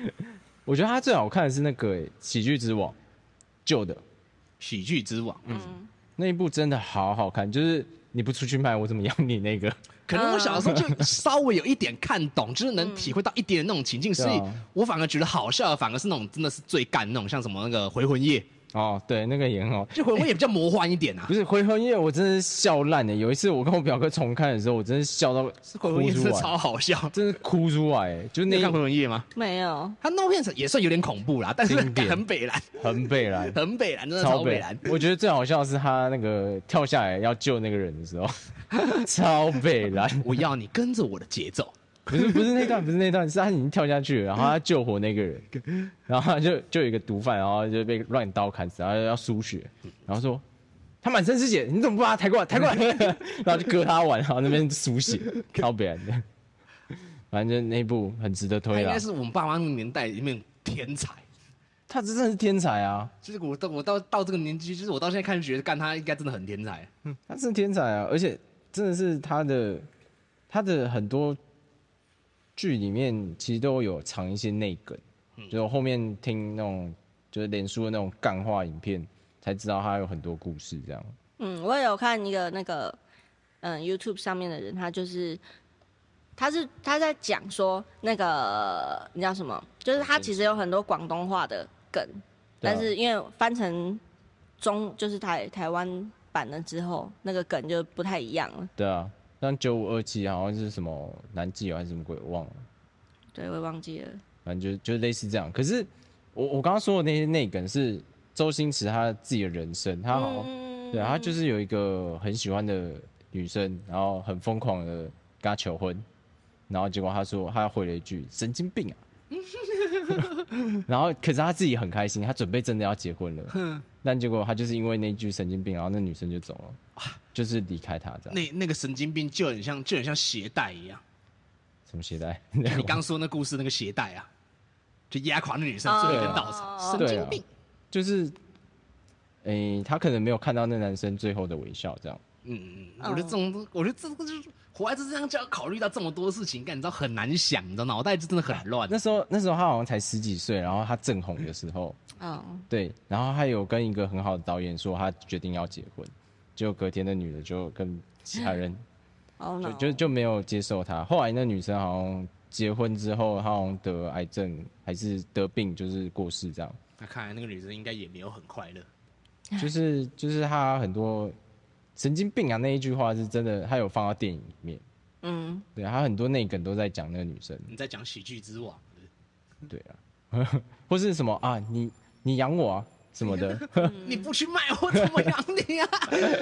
我觉得他最好看的是那个欸《喜剧之王》，旧的喜剧之王，嗯，那一部真的好好看，就是你不出去卖，我怎么养你那个？可能我小的时候就稍微有一点看懂，就是能体会到一点点那种情境，所以对啊我反而觉得好笑，的反而是那种真的是最干那种，像什么那个《回魂夜》， 哦，对，那个也很好。就《回魂夜》比较魔幻一点啊不。是《回魂夜》，我真的是笑烂了。有一次我跟我表哥重看的时候，我真的是笑到回哭魂夜出是来，超好笑，真是哭出来欸，就是你有那看一回魂夜吗？没有，他那部片也算有点恐怖啦，但是经典很北蓝，很北 蓝，很北蓝，真的超北北蓝。。我觉得最好笑的是他那个跳下来要救那个人的时候， 超北蓝。我要你跟着我的节奏，不是不是那段，不是那段，是他已经跳下去了，然后他救活那个人，然后他就就有一个毒贩，然后就被乱刀砍死，然后要输血，然后说他满身是血，你怎么不把他抬过来？抬 过来，然后就割他碗，然后那边输血，靠别人的。反正那一部很值得他推应啦该，是我们爸妈那个年代里面天才。他真的是天才啊，就是我到我到到这个年纪，就是我到现在看就觉得，干他应该真的很天才。他是天才啊，而且真的是他的他的很多剧里面其实都有藏一些内梗，就后面听那种就是脸书的那种干话影片，才知道他有很多故事这样。嗯，我也有看一个那个，嗯，YouTube 上面的人，他就是，他是他在讲说那个你叫什么，就是他其实有很多广东话的梗，对啊但是因为翻成中就是台台湾版了之后，那个梗就不太一样了。对啊，像九五二七好像是什么南极哦还是什么鬼，我忘了，对，我也忘记了。反正就就类似这样。可是我我刚刚说的那些内梗是周星驰他自己的人生，他好像嗯对，他就是有一个很喜欢的女生，然后很疯狂的跟她求婚，然后结果他说他回了一句“神经病啊”， 然后可是他自己很开心，他准备真的要结婚了，但结果他就是因为那句“神经病”，然后那女生就走了，就是离开他这样。啊那那个神经病就很像，就很像鞋带一样。什么鞋带？你刚说那故事那个鞋带啊，就压垮那女哦生最后一根稻草，神对经啊病。 就是，诶、他可能没有看到那男生最后的微笑这样。嗯，嗯，我觉得这种，我觉得这个就是活在这世上就要考虑到这么多事情，干你知道很难想，你知道脑袋就真的很乱。那时候那时候他好像才十几岁，然后他正红的时候。哦，对，然后他有跟一个很好的导演说他决定要结婚，结果隔天那女的就跟其他人哦、就 no，就就没有接受他。后来那女生好像结婚之后，她好像得癌症还是得病，就是过世这样。那看来那个女生应该也没有很快乐。就是就是他很多神经病啊那一句话是真的，他有放到电影里面。嗯，对他很多内梗都在讲那个女生，你在讲喜剧之王，对啊， 或是什么啊你你养我啊什么的，你不去卖我怎么养你啊？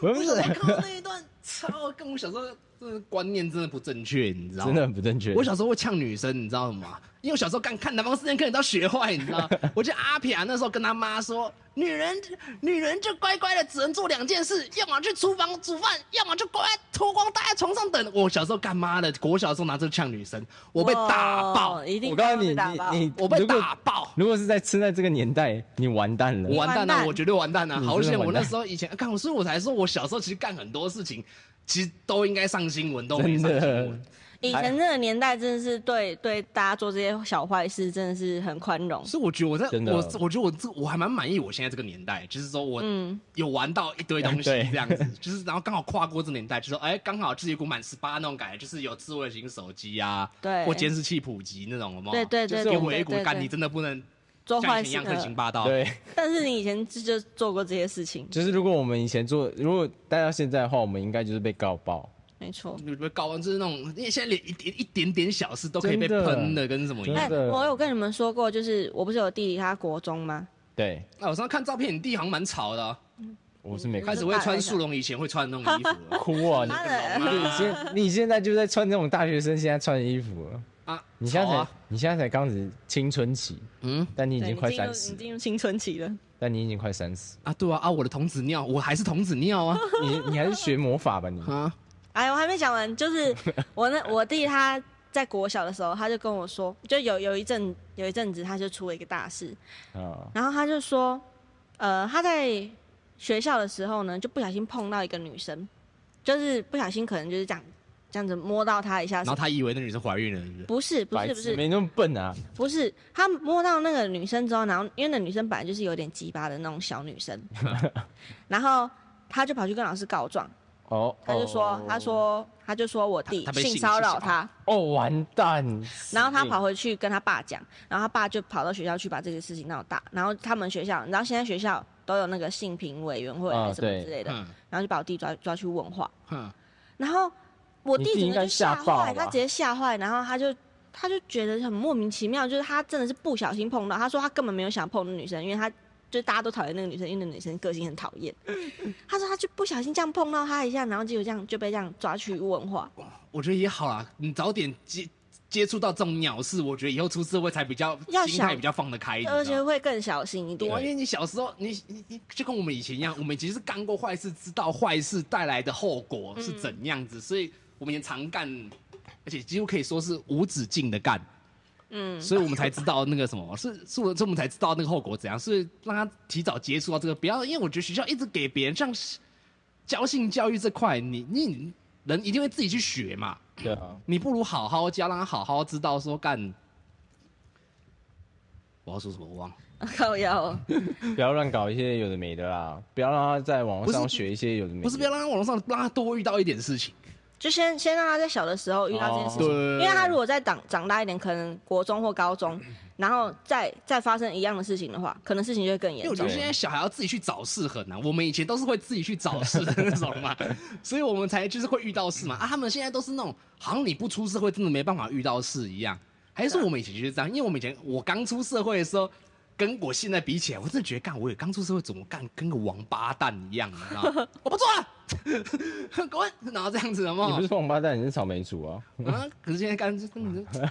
不我是小时候看到那一段，操！跟我小时候真的观念真的不正确，你知道吗？真的很不正确。我小时候会呛女生，你知道吗？因为我小时候刚看《南方四剑客》，你都学坏，你知 道吗？我记得阿撇啊那时候跟他妈说，女人，女人就乖乖的，只能做两件事，要么去厨房煮饭，要么就乖乖脱光待在床上等。我小时候干妈的，国小的时候拿这个呛女生，我被打爆哇，哦一定我告诉你，被打爆你你我被如果打爆。如果是在吃在这个年代，你完蛋了。我完蛋完了、蛋我绝对完蛋了、你真的好险！我完那蛋时候以前干，所以我才说我小时候其实干很多事情，其实都应该上新闻，都没真上新的 闻。，以前那个年代真的是对对大家做这些小坏事真的是很宽容。所以我觉得我在真的我我觉得我这我还蛮满意我现在这个年代，就是说我嗯有玩到一堆东西对这样子，就是然后刚好跨过这年代，就说哎刚好自己股满十八那种感觉，就是有智慧型手机啊，对或监视器普及那种，有没有？对对对就是对我一对股对干，对你真的不能做像坏以前一事样横行的。霸道。，对， 但是你以前就就做过这些事情，就是如果我们以前做，如果带到现在的话，我们应该就是被告爆，没错。你们搞完就是那种，因为现在连一点一点点小事都可以被真的喷的，跟什么一真哎，样。的我有跟你们说过，就是我不是有弟弟他国中吗？对啊，我上次看照片，你弟好像蛮潮的啊、我是没啊开看。始会穿速龙以前会穿的那种衣服嗯了 哭 啊，你妈的，你现你现在就在穿那种大学生现在穿的衣服了，啊，你现在潮才、啊，你现在才刚只青春期，嗯但你已对经你快进入三你十，进入青春期了。但你已经快三 十，啊，对啊啊，我的童子尿，我还是童子尿 啊你你还是学魔法吧你？啊，哎，我还没讲完，就是我那我弟他在国小的时候，他就跟我说，就有有一阵有一阵子他就出了一个大事，嗯啊，然后他就说，呃，他在学校的时候呢，就不小心碰到一个女生，就是不小心可能就是这样这样子摸到她一下然，后他以为那女生怀孕了，是不是？不是不白是不痴是没那么笨啊，不是，他摸到那个女生之后，然后因为那女生本来就是有点鸡巴的那种小女 生，然后他就跑去跟老师告状，哦，他就说，哦他说他就说我弟他被性性骚扰侵他。哦完蛋，然后他嗯跑回去跟他爸讲，然后他爸就跑到学校去把这个事情闹大，然后他们学校，你知道现在学校都有那个性平委员会还啊是什么对之类的，嗯然后就把我弟抓抓去问话，哼，然后我你弟弟整应个该就吓吓爆坏，他吧直接吓坏，然后他就他就觉得很莫名其妙，就是他真的是不小心碰到，他说他根本没有想碰那女生，因为他。就是大家都讨厌那个女生，因为那女生个性很讨厌。他说他就不小心这样碰到她一下，然后结果这样就被这样抓去问话。我觉得也好啦，你早点接接触到这种鸟事，我觉得以后出社会才比较要心态小比较放得开，你知道而吗且会更小心一对点。啊，因为你小时候，你你你就跟我们以前一样，我们其实是干过坏事，知道坏事带来的后果是嗯怎样子，所以我们也常干，而且几乎可以说是无止境的干。嗯， 所以我们才知道那个什么，是是我，所以我们才知道那个后果怎样，所以让他提早接触到这个，不要，因为我觉得学校一直给别人像教性教育这块，你你人一定会自己去学嘛，对啊，你不如好好教，让他好好知道说干。我要说什么我忘了，靠腰哦、不要乱搞一些有的没的啦，不要让他在网络不是上学一些有的没的，不是不要让他网络上让他多遇到一点事情，就先先让他在小的时候遇到这件事情，哦对因为他如果再长长大一点，可能国中或高中，然后再再发生一样的事情的话，可能事情就会更因为严我觉重得。现在小孩要自己去找事很难，我们以前都是会自己去找事的那种嘛，所以我们才就是会遇到事嘛。啊，他们现在都是那种好像你不出社会真的没办法遇到事一样，还是说我们以前就是这样？因为我们以前我刚出社会的时候，跟我现在比起来，我真的觉得干我也刚出社会怎么干跟个王八蛋一样，你知道吗？我不做了， 滚，然后这样子的你嘛不哦是。王八蛋，你是草莓 族啊，啊，可是现在干就真的就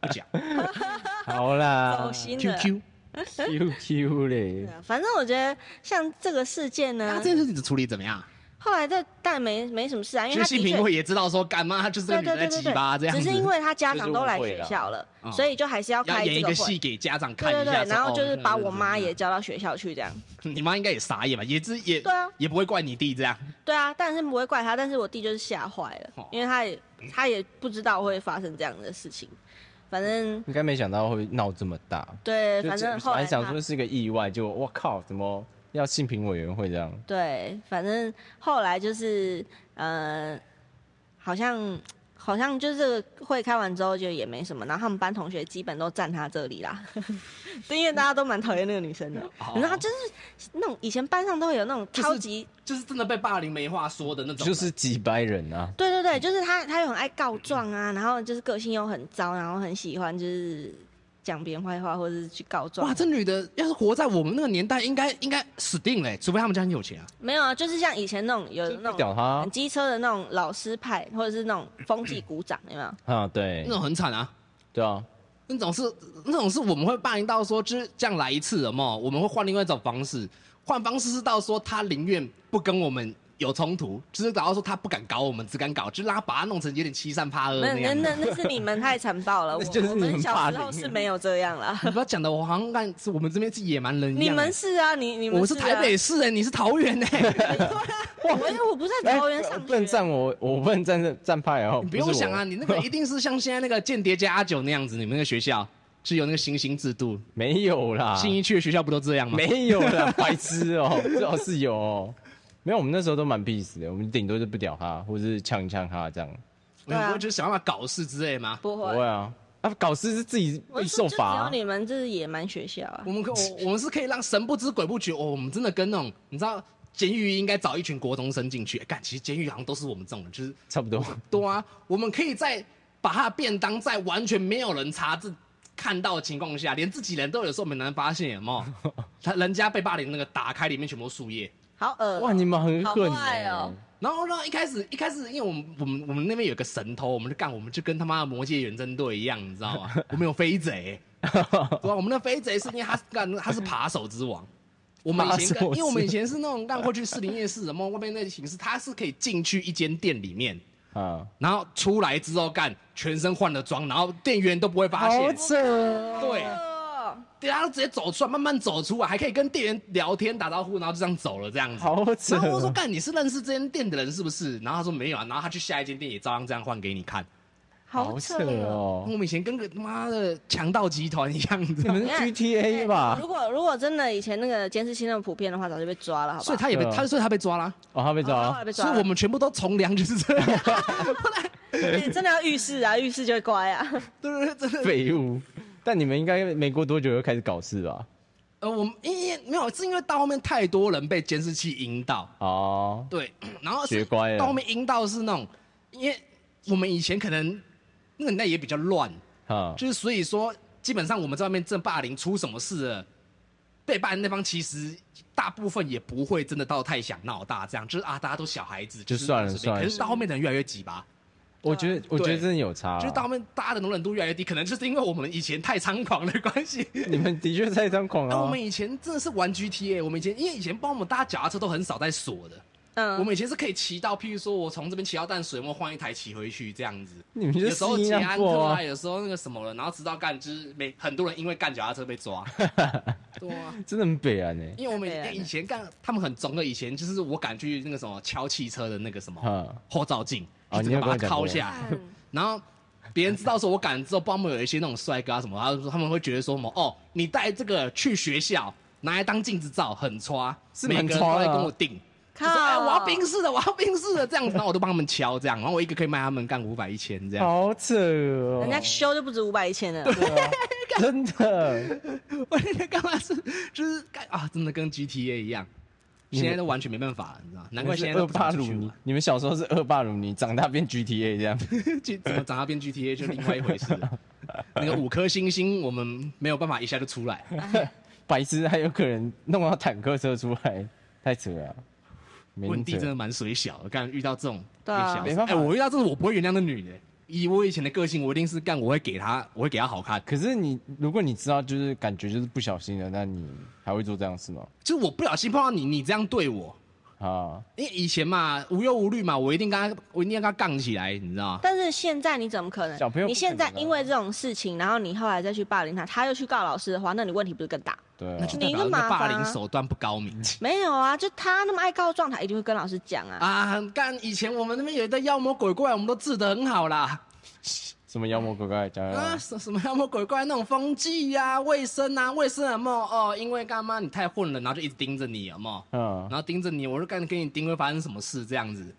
不讲好啦啊走心的， QQ。 ，Q Q 嘞对，啊反正我觉得像这个事件那呢这，件事情的处理怎么样？后来这但没没什么事啊，因其为实他性的评确会也知道说，干嘛他就是这个对女对人在对鸡对巴这对，样只子是，因为他家长都来就是学误会啦校了哦，所以就还是要要开演这一个个戏会。给家长看对一下对说。对，然后哦就是把我妈也这叫到学校去，这样。样，你妈应该也傻眼吧？也是也对啊也不会怪你弟这样。对啊，但是不会怪他，但是我弟就是吓坏哦了，因为他也他也不知道会发生这样的事情，反正应该没想到会闹这么大，对，就反这正后来本想他说是个意外，就我靠，怎么要性评委员会这样？对，反正后来就是呃，好像好像就是这个会开完之后就也没什么，然后他们班同学基本都站他这里啦， 对，因为大家都蛮讨厌那个女生的，你知道，就是那种以前班上都会有那种哦就是超级。就是真的被霸凌没话说的那种，就是几百人啊，对对嗯对，就是他，他又很爱告状啊，然后就是个性又很糟，然后很喜欢就是讲别人坏话，或者是去告状。哇，这女的要是活在我们那个年代，应该应该死定了欸，除非他们家很有钱啊。没有啊，就是像以前那种有就那不屌种他很机车的那种老师派，或者是那种风纪股长，有没有？啊，对那，种很惨啊。对啊，那种是那种是我们会霸凌到说，就是这样来一次了嘛，我们会换另外一种方式，换方式是到说他宁愿不跟我们有冲突，就是搞到说他不敢搞我们，只敢搞，就是让他把他弄成有点欺善怕恶没有那样那子。那那是你们太残暴 了，我就是我你们们小霸时候凌嗯是没有这样啦。你不要讲的我好像看是我们这边是野蛮人一 样。你 们是啊，你你们我是是啊台北，市哎、你是桃园哎、 我因为我不是在桃园哎上不能学。站我，我不能站这站派哦，你不用是想我啊，，你那个一定是像现在那个间谍加阿九那样子，你们那个学校是有那个星星制度，没有啦，新一区的学校不都这样吗？没有 啦，白痴哦，最好是有哦。没有，我们那时候都蛮 peace 的，我们顶多就不屌他，或者是呛一呛他这样。你们不会就是想办法搞事之类吗？不不会，会啊，啊，搞事是自己我被是说受就罚、啊只有你们这是野蛮学校啊我！们可我我们是可以让神不知鬼不觉，哦，我们真的跟那种你知道监狱应该找一群国中生进去，哎干、其实监狱好像都是我们这种人，就是差不多。 对啊，我们可以在把他的便当在完全没有人查自看到的情况下，连自己人都有时候没能发现，有没有？他人家被霸凌那个打开里面全部都树叶，好恶哦、哇，你们很好狠坏欸哦然后呢，一开始一开始，因为我们我们我们那边有个神偷，我们就干，我们就跟他妈的魔界远征队一样，你知道 吗？我们有飞贼，对啊吧？我们的飞贼是因为他干他是扒手之王。我们以前扒手之干，王因为我们以前是那种干过去士林夜市，然后外面那形式，他是可以进去一间店里面，啊！然后出来之后干全身换了装，然后店员都不会发好现，扯哦，对，对，啊他直接走出来，慢慢走出来，还可以跟店员聊天打招呼，然后就这样走了这样子。好 扯然后我说：“哦。干，你是认识这间店的人是不是？”然后他说：“没有啊。”然后他去下一间店也照样这样换给你看。好扯哦！哦我！们以前跟个他妈的强盗集团一样，你知你道吗？们是看 GTA 吧如？果如果真的以前那个监视器那么普遍的话，早就被抓 了，好吧？所以他也被对啊他，所以他被抓了。哦，他被抓哦了后来。被抓所了，以我们全部都从良，就是这样。 对真的要浴室啊，浴室就会乖啊。对对对，真的。废物。但你们应该没过多久就开始搞事吧？呃，我们因为没有，是因为到后面太多人被监视器引导，哦，对， 然后是学乖了到后面阴道是那种，因为我们以前可能那个年代也比较乱，哈，就是所以说，基本上我们在外面正霸凌出什么事了，被霸凌那方其实大部分也不会真的到太想闹大，这样就是啊，大家都小孩子，就是算了随便算了可是到后面的人越来越急吧，我觉得我觉得对真的有差啊，就是到后面大家的容忍度越来越低，可能就是因为我们以前太猖狂的关系。你们的确在张狂那我啊们。以前真的是玩 GTA，我们以前因为以前帮我们搭脚踏车都很少在锁的，嗯，啊我们以前是可以骑到，譬如说我从这边骑到淡水，我换一台骑回去这样子。你们就有是时候一捷样安过特啊啊，，有时候那个什么了，然后直到干，就是每很多人因为干脚踏车被抓。对啊，真的很北欸然呢。因为我们对啊以以前干，他们很中二，以前就是我敢去那个什么敲汽车的那个什么哈，后照镜，哦就整你有个跟我把讲它过敲下 来，然后。别人知道说我敢之后，帮我们有一些那种帅哥啊什么，他们说他们会觉得说什么哦，你带这个去学校拿来当镜子照，很刷，是每蛮个人刷都在的啊跟我定，就靠，说哎，我要冰室的，我要 冰室的这样子，然后我都帮他们敲这样，然后我一个可以卖他们干五百一千这样。好扯哦，啊人家修就不止五百一千了。 真的， 我那天干嘛是就是干啊，真的跟 GTA 一样，你们现在都完全没办法了，你知道吗？难怪现在你都们不是恶霸想鲁出去尼玩，，你们小时候是恶霸鲁尼，长大变 GTA 这样，就怎么长大变 GTA 就另外一回事 了。那个五颗星星，我们没有办法一下就出来。白痴还有可能弄到坦克车出来，太扯了啊，没问地真的辙。蛮水小的，干遇到这种对啊小事没办法哎我遇到这种我不会原谅的女的。以我以前的个性，我一定是干，我会给她，我会给她好看。可是你，如果你知道，就是感觉就是不小心的，那你还会做这样的事吗？就是我不小心碰到你，你这样对我，啊，因为以前嘛无忧无虑嘛，我一定跟她，我一定要跟她杠起来，你知道吗？但是现在你怎么可能？小朋友不可能啊你现在因为这种事情，然后你后来再去霸凌他，他又去告老师的话，那你问题不是更大？对那啊就，你代一表个那麻个烦霸啊凌手段不高明。嗯没有啊，就他那么爱告状，他一定会跟老师讲啊。啊，干！以前我们那边有一堆妖魔鬼怪，我们都治得很好啦。什么妖魔鬼怪，加油啊，啊！什什么妖魔鬼怪那种风气呀、卫生啊、卫生什么哦，因为干妈你太混了，然后就一直盯着你，有没有？嗯 然，后盯着你，我就干给你盯会发生什么事这样子。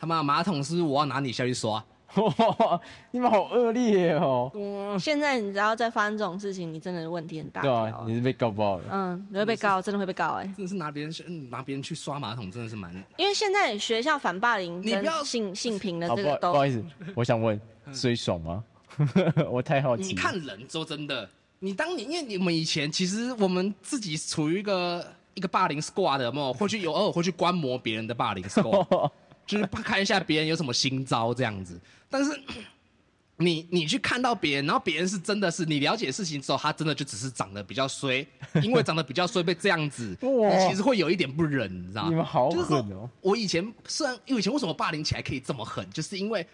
他妈马桶是不是我要拿你下去刷？哇，你们好恶劣哦！现在你只要再发生这种事情，你真的问题很大对条啊，啊。你是被告爆了。嗯，你会被告，真的会被告哎、真的是拿别人去、嗯、拿别人去刷马桶，真的是蛮……因为现在学校反霸凌你不要跟性性平的好，这啊不个好都不好意思，我想问，水爽吗？ 我太好嗯奇。你看，人，说真的，你当你因为你们以前其实我们自己处于一个一个霸凌 squad 的，有没 有？会去有偶尔会去观摩别人的霸凌 squad。就是看一下别人有什么新招这样子。但是 你你去看到别人，然后别人是真的是你了解事情之后，他真的就只是长得比较衰，因为长得比较衰被这样子，哇你其实会有一点不忍，你知道吗？你们好狠啊就哦是说我以前虽然因为以前为什么霸凌起来可以这么狠，就是因为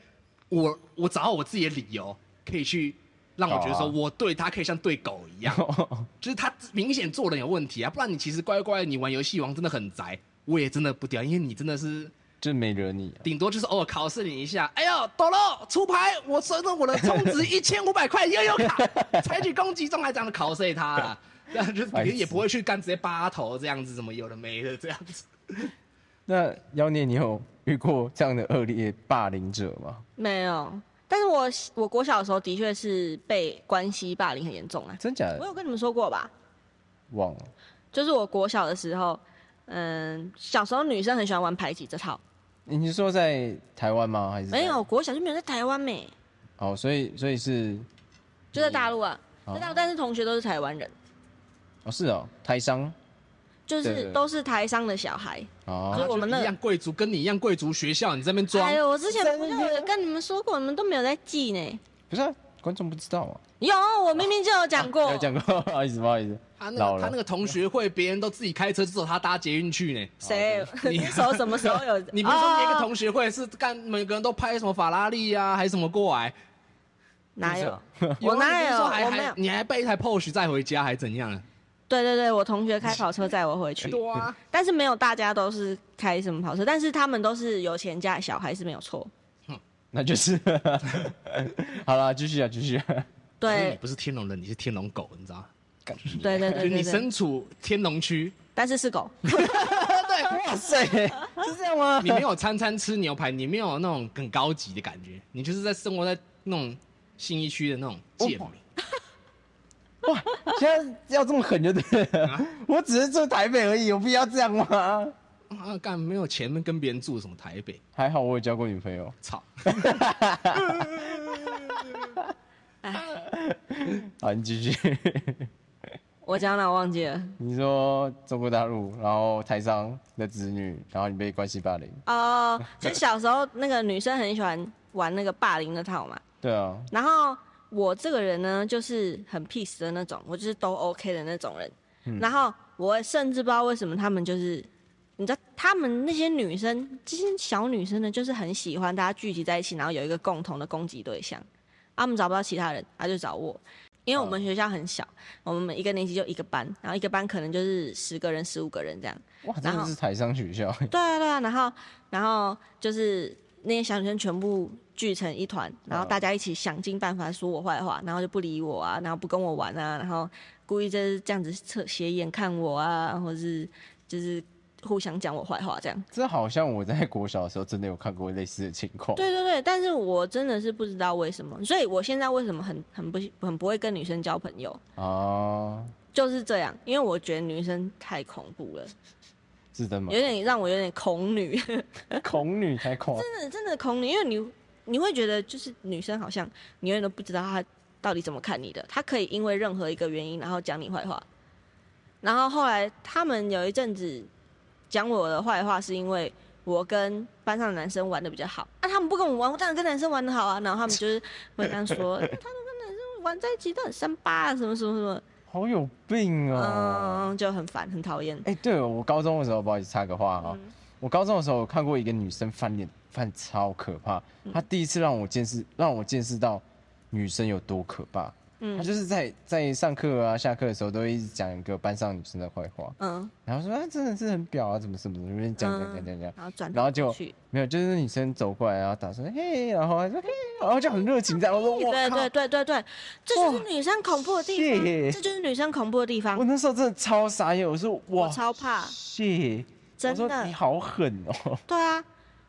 我我找到我自己的理由可以去。让我觉得说，搞啊我对他可以像对狗一 样，哦就是他明显做人有问题啊，不然你其实乖乖，你玩游戏王真的很宅，我也真的不屌，因为你真的是就没惹你啊，顶多就是偶尔考试你一下。哎呦，抖了，出牌，我收着我的充值一千五百块悠悠 卡，采取攻击中还这样的考 碎他啦。然后就是别人也不会去干直接扒他头这样子，什么有的没的这样子。那妖孽，你有遇过这样的恶劣霸凌者吗？没有。但是我我国小的时候的确是被关系霸凌很严重啊，真假我的有跟你们说过吧？忘了，就是我国小的时候，嗯，小时候女生很喜欢玩排挤这套，你是说在台湾吗？还是在没有国小就没有在台湾没，哦，所以所以是就在大陆啊，哦在大陆，但是同学都是台湾人，哦是哦，台商就对是对都是台商的小孩。哦可，是我们那啊一样贵族，跟你一样贵族学校，你这边装哎，呦，我之前不就有跟你们说过，你们都没有在记呢。不是、啊、观众不知道啊，有，我明明就有讲过有，讲过， 不好意思不好意思，他那老个他那了，个同学会，别人都自己开车，只有他搭捷运去呢。哦谁？ 你那时候什么时候有？你不是说你有一个哦同学会是干每个人都拍什么法拉利啊，还是什么过来？哪有？ 啊我哪你不是有？说还我没有还。你还被一台 Porsche 载回家，还怎样啊？对对对，我同学开跑车载我回去，对啊，但是没有大家都是开什么跑车，但是他们都是有钱家的小孩是没有错。那就是 好了，继续啊继续啊，所以你对不是天龙人，你是天龙狗，你知道吗？对 对就是对对对，你身处天 龙区，但是是狗， 哇塞，是这样吗？你没有餐餐吃牛排，你没有那种很高级的感觉，你就是在生活在那种信义区的那种贱民。哦哇，现在要这么狠就对了， 我只是住台北而已，有必要这样吗？啊，干没有钱跟别人住什么台北，还好我有交过女朋友，操！好，你继续。我讲哪我忘记了你说中国大陆，然后台商的子女，然后你被关系霸凌，哦，就小时候那个女生很喜欢玩那个霸凌那套嘛，对啊，然后我这个人呢，就是很 peace 的那种，我就是都 OK 的那种人。然后我甚至不知道为什么他们就是，你知道，他们那些女生，这些小女生呢，就是很喜欢大家聚集在一起，然后有一个共同的攻击对象。啊他们找不到其他人，他、就找我，因为我们学校很小，我们每一个年级就一个班，然后一个班可能就是十个人、十五个人这样。哇，然真后的是台商学校，对啊对啊，然后然后就是那些小女生全部聚成一团，然后大家一起想尽办法说我坏话，然后就不理我啊，然后不跟我玩啊，然后故意就是这样子侧斜眼看我啊，或是就是互相讲我坏话这样。 这好像我在国小的时候真的有看过类似的情况。对对对，但是我真的是不知道为什么，所以我现在为什么很很不很不会跟女生交朋友，啊，就是这样，因为我觉得女生太恐怖了，是真吗有？点让我有点恐女。恐女才恐，真的真的恐女，因为你你会觉得就是女生好像你永远都不知道她到底怎么看你的，她可以因为任何一个原因然后讲你坏话，然后后来他们有一阵子讲我的坏话是因为。我跟班上的男生玩的比较好，那、啊、他们不跟我玩，我当然跟男生玩的好啊。然后他们就是会这样说，他们跟男生玩在一起都很三八啊，什么什么什么，好有病哦。嗯，就很烦，很讨厌。哎、对我高中的时候，不好意思插个话啊、嗯我高中的时候我看过一个女生翻脸，翻超可怕。嗯她第一次让我见识，让我见识到女生有多可怕。嗯她就是在在上课啊、下课的时候，都会一直讲一个班上女生的坏话，嗯，然后说啊，真的是很婊啊，怎么什么怎么，那边讲讲讲讲讲，然后转头然后就去，没有，就是那女生走过来，然后打算嘿，然后还说嘿，然后就很热情这样，我说我对靠对，对对对，这就是女生恐怖的地方，谢这就是女生恐怖的地方我。那时候真的超傻眼，我说我哇，超怕，谢，真的我说你好狠哦，对啊，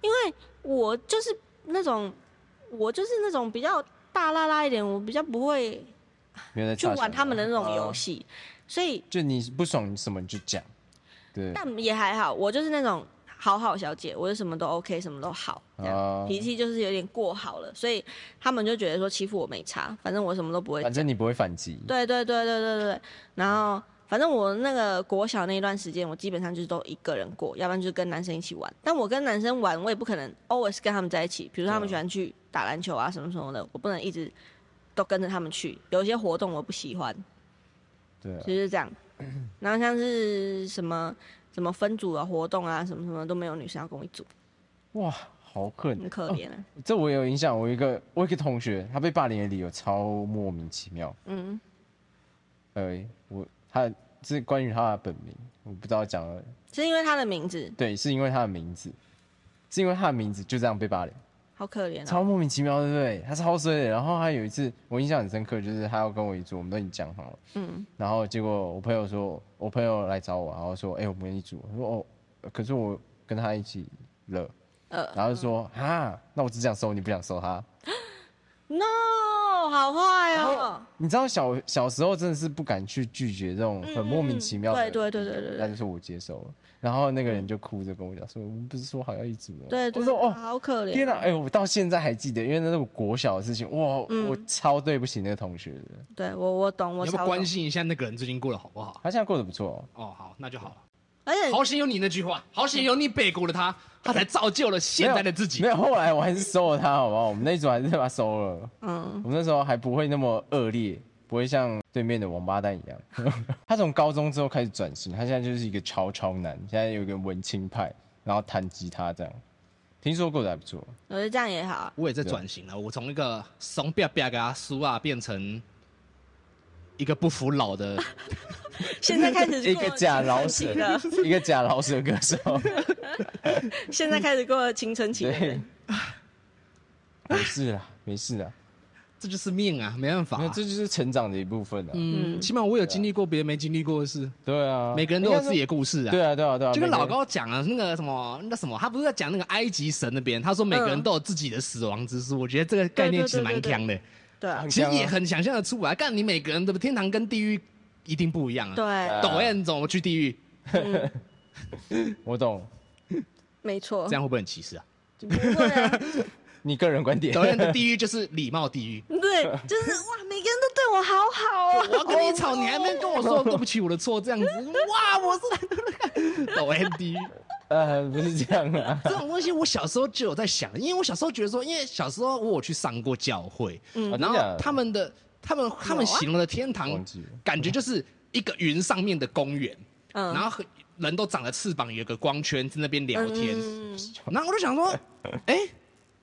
因为我就是那种，我就是那种比较大拉拉一点，我比较不会没有在去嘲笑玩他们的那种啊游戏，所以就你不爽你什么你就讲，对，但也还好，我就是那种好好小姐，我就什么都 OK，什么都好，这样、哦脾气就是有点过好了，所以他们就觉得说欺负我没差，反正我什么都不会反正你不会反击，对对对对对对对。然后反正我那个国小那一段时间，我基本上就是都一个人过，要不然就是跟男生一起玩。但我跟男生玩，我也不可能 always 跟他们在一起。比如说他们对啊喜欢去打篮球啊什么什么的，我不能一直都跟着他们去。有一些活动我不喜欢，对啊，就是这样。然后像是什么什么分组的活动啊，什么什么都没有女生要跟我一组，哇，好狠，很可怜啊。这我有印象，我有一个我有一个同学，他被霸凌的理由超莫名其妙。嗯，呃，我他是关于他的本名，我不知道讲了。是因为他的名字，对，是因为他的名字，是因为他的名字就这样被霸凌，好可怜啊。超莫名其妙，对不对？他超衰的。然后他有一次我印象很深刻，就是他要跟我一组，我们都已经讲好了。嗯，然后结果我朋友说，我朋友来找我，然后说，哎、我们一组。我说哦，可是我跟他一起了。呃，然后就说啊，那我只想收你，不想收他。 ，no，好坏哦，你知道小小时候真的是不敢去拒绝这种很莫名其妙嗯的嗯嗯对对对对对对但是我接受了。然后那个人就哭着跟我讲说：“我们不是说好要一组吗？”对我对，啊说：“哦，好可怜，天哪！哎、我到现在还记得，因为那是我国小的事情，哇，嗯我超对不起那个同学的。对我我懂，我你要不超要懂关心一下那个人最近过得好不好？他现在过得不错、哦，哦，好，那就好了。而且好险有你那句话，好险有你北国的他，他才造就了现在的自己没。有，后来我还是收了他，好不好？我们那一组还是把他收了。嗯，我们那时候还不会那么恶劣，不会像对面的王八蛋一样。 他从高中之后开始转型，他现在就是一个潮潮男，现在有一个文青派，然后弹吉他这样。听说过得还不错，我觉得这样也好，我也在转型了，我从一个怂彪彪给他输啊，变成一个不服老的， 现在开始 一个过假老青舍春期了，，一个假老舍歌手，现在开始过青春期了，对，没事啦，没事啦，这就是命啊，没办法、那啊。这就是成长的一部分啊。嗯，起码我有经历过别人没经历过的事，对啊，每个人都有自己的故事啊。对啊，对啊，对啊，就跟每个老人高讲了那个什么那什么，他不是在讲那个埃及神那边，他说每个嗯人都有自己的死亡之书，我觉得这个概念其实蛮强的，对啊很其实像啊也很想象的出来。但你每个人的天堂跟地狱一定不一样啊。对，啊抖 M 怎么去地狱？我懂没错这，样会不会很歧视啊？对啊，。你个人观点抖。M 的地狱就是礼貌地狱对，就是哇，每个人都对我好好哦， 我要跟你吵，你还没跟我说对不起我的错，这样子，哇，我是 抖 M 地狱。 呃，不是这样啊， 这种东西我小时候就有在想，因为我小时候觉得说，因为小时候我有去上过教会，嗯啊然真后假的他们的他们啊他们形容的天堂忘记了，感觉就是一个云上面的公园，嗯然后很人都长了翅膀，有个光圈在那边聊天，嗯然后我就想说， 哎、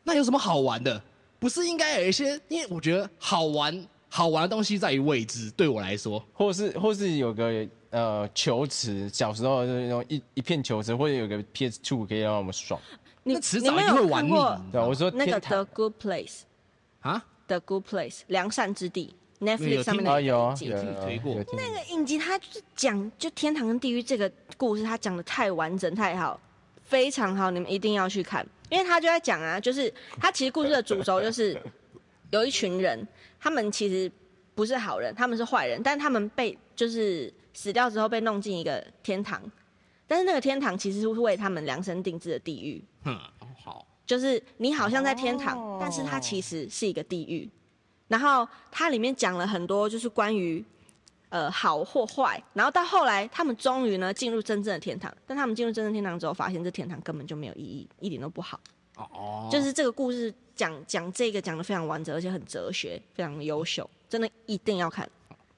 那有什么好玩的？不是应该有一些？因为我觉得好玩好玩的东西在于未知，对我来说，或是或是有个呃球池，小时候就是那种一一片球池，或者有个 PS Two 可以让我们爽。你那迟你早一们定会有玩看腻过对啊，我说那个《天 The 堂 Good Place 啊，》 《The Good Place》良善之地有有，Netflix 上面听啊的有影啊集有。自己有推过有听那个影集它就是讲就天堂跟地狱这个故事，它讲的太完整太好，非常好，你们一定要去看，因为它就在讲啊，就是它其实故事的主轴就是有一群人，他们其实不是好人，他们是坏人，但他们被就是死掉之后被弄进一个天堂，但是那个天堂其实是为他们量身定制的地狱，哼，好，就是你好像在天堂，哦但是它其实是一个地狱。然后它里面讲了很多就是关于呃好或坏，然后到后来他们终于呢进入真正的天堂，但他们进入真正的天堂之后，发现这天堂根本就没有意义，一点都不好。哦，就是这个故事讲讲这个讲的非常完整，而且很哲学，非常优秀，真的一定要看，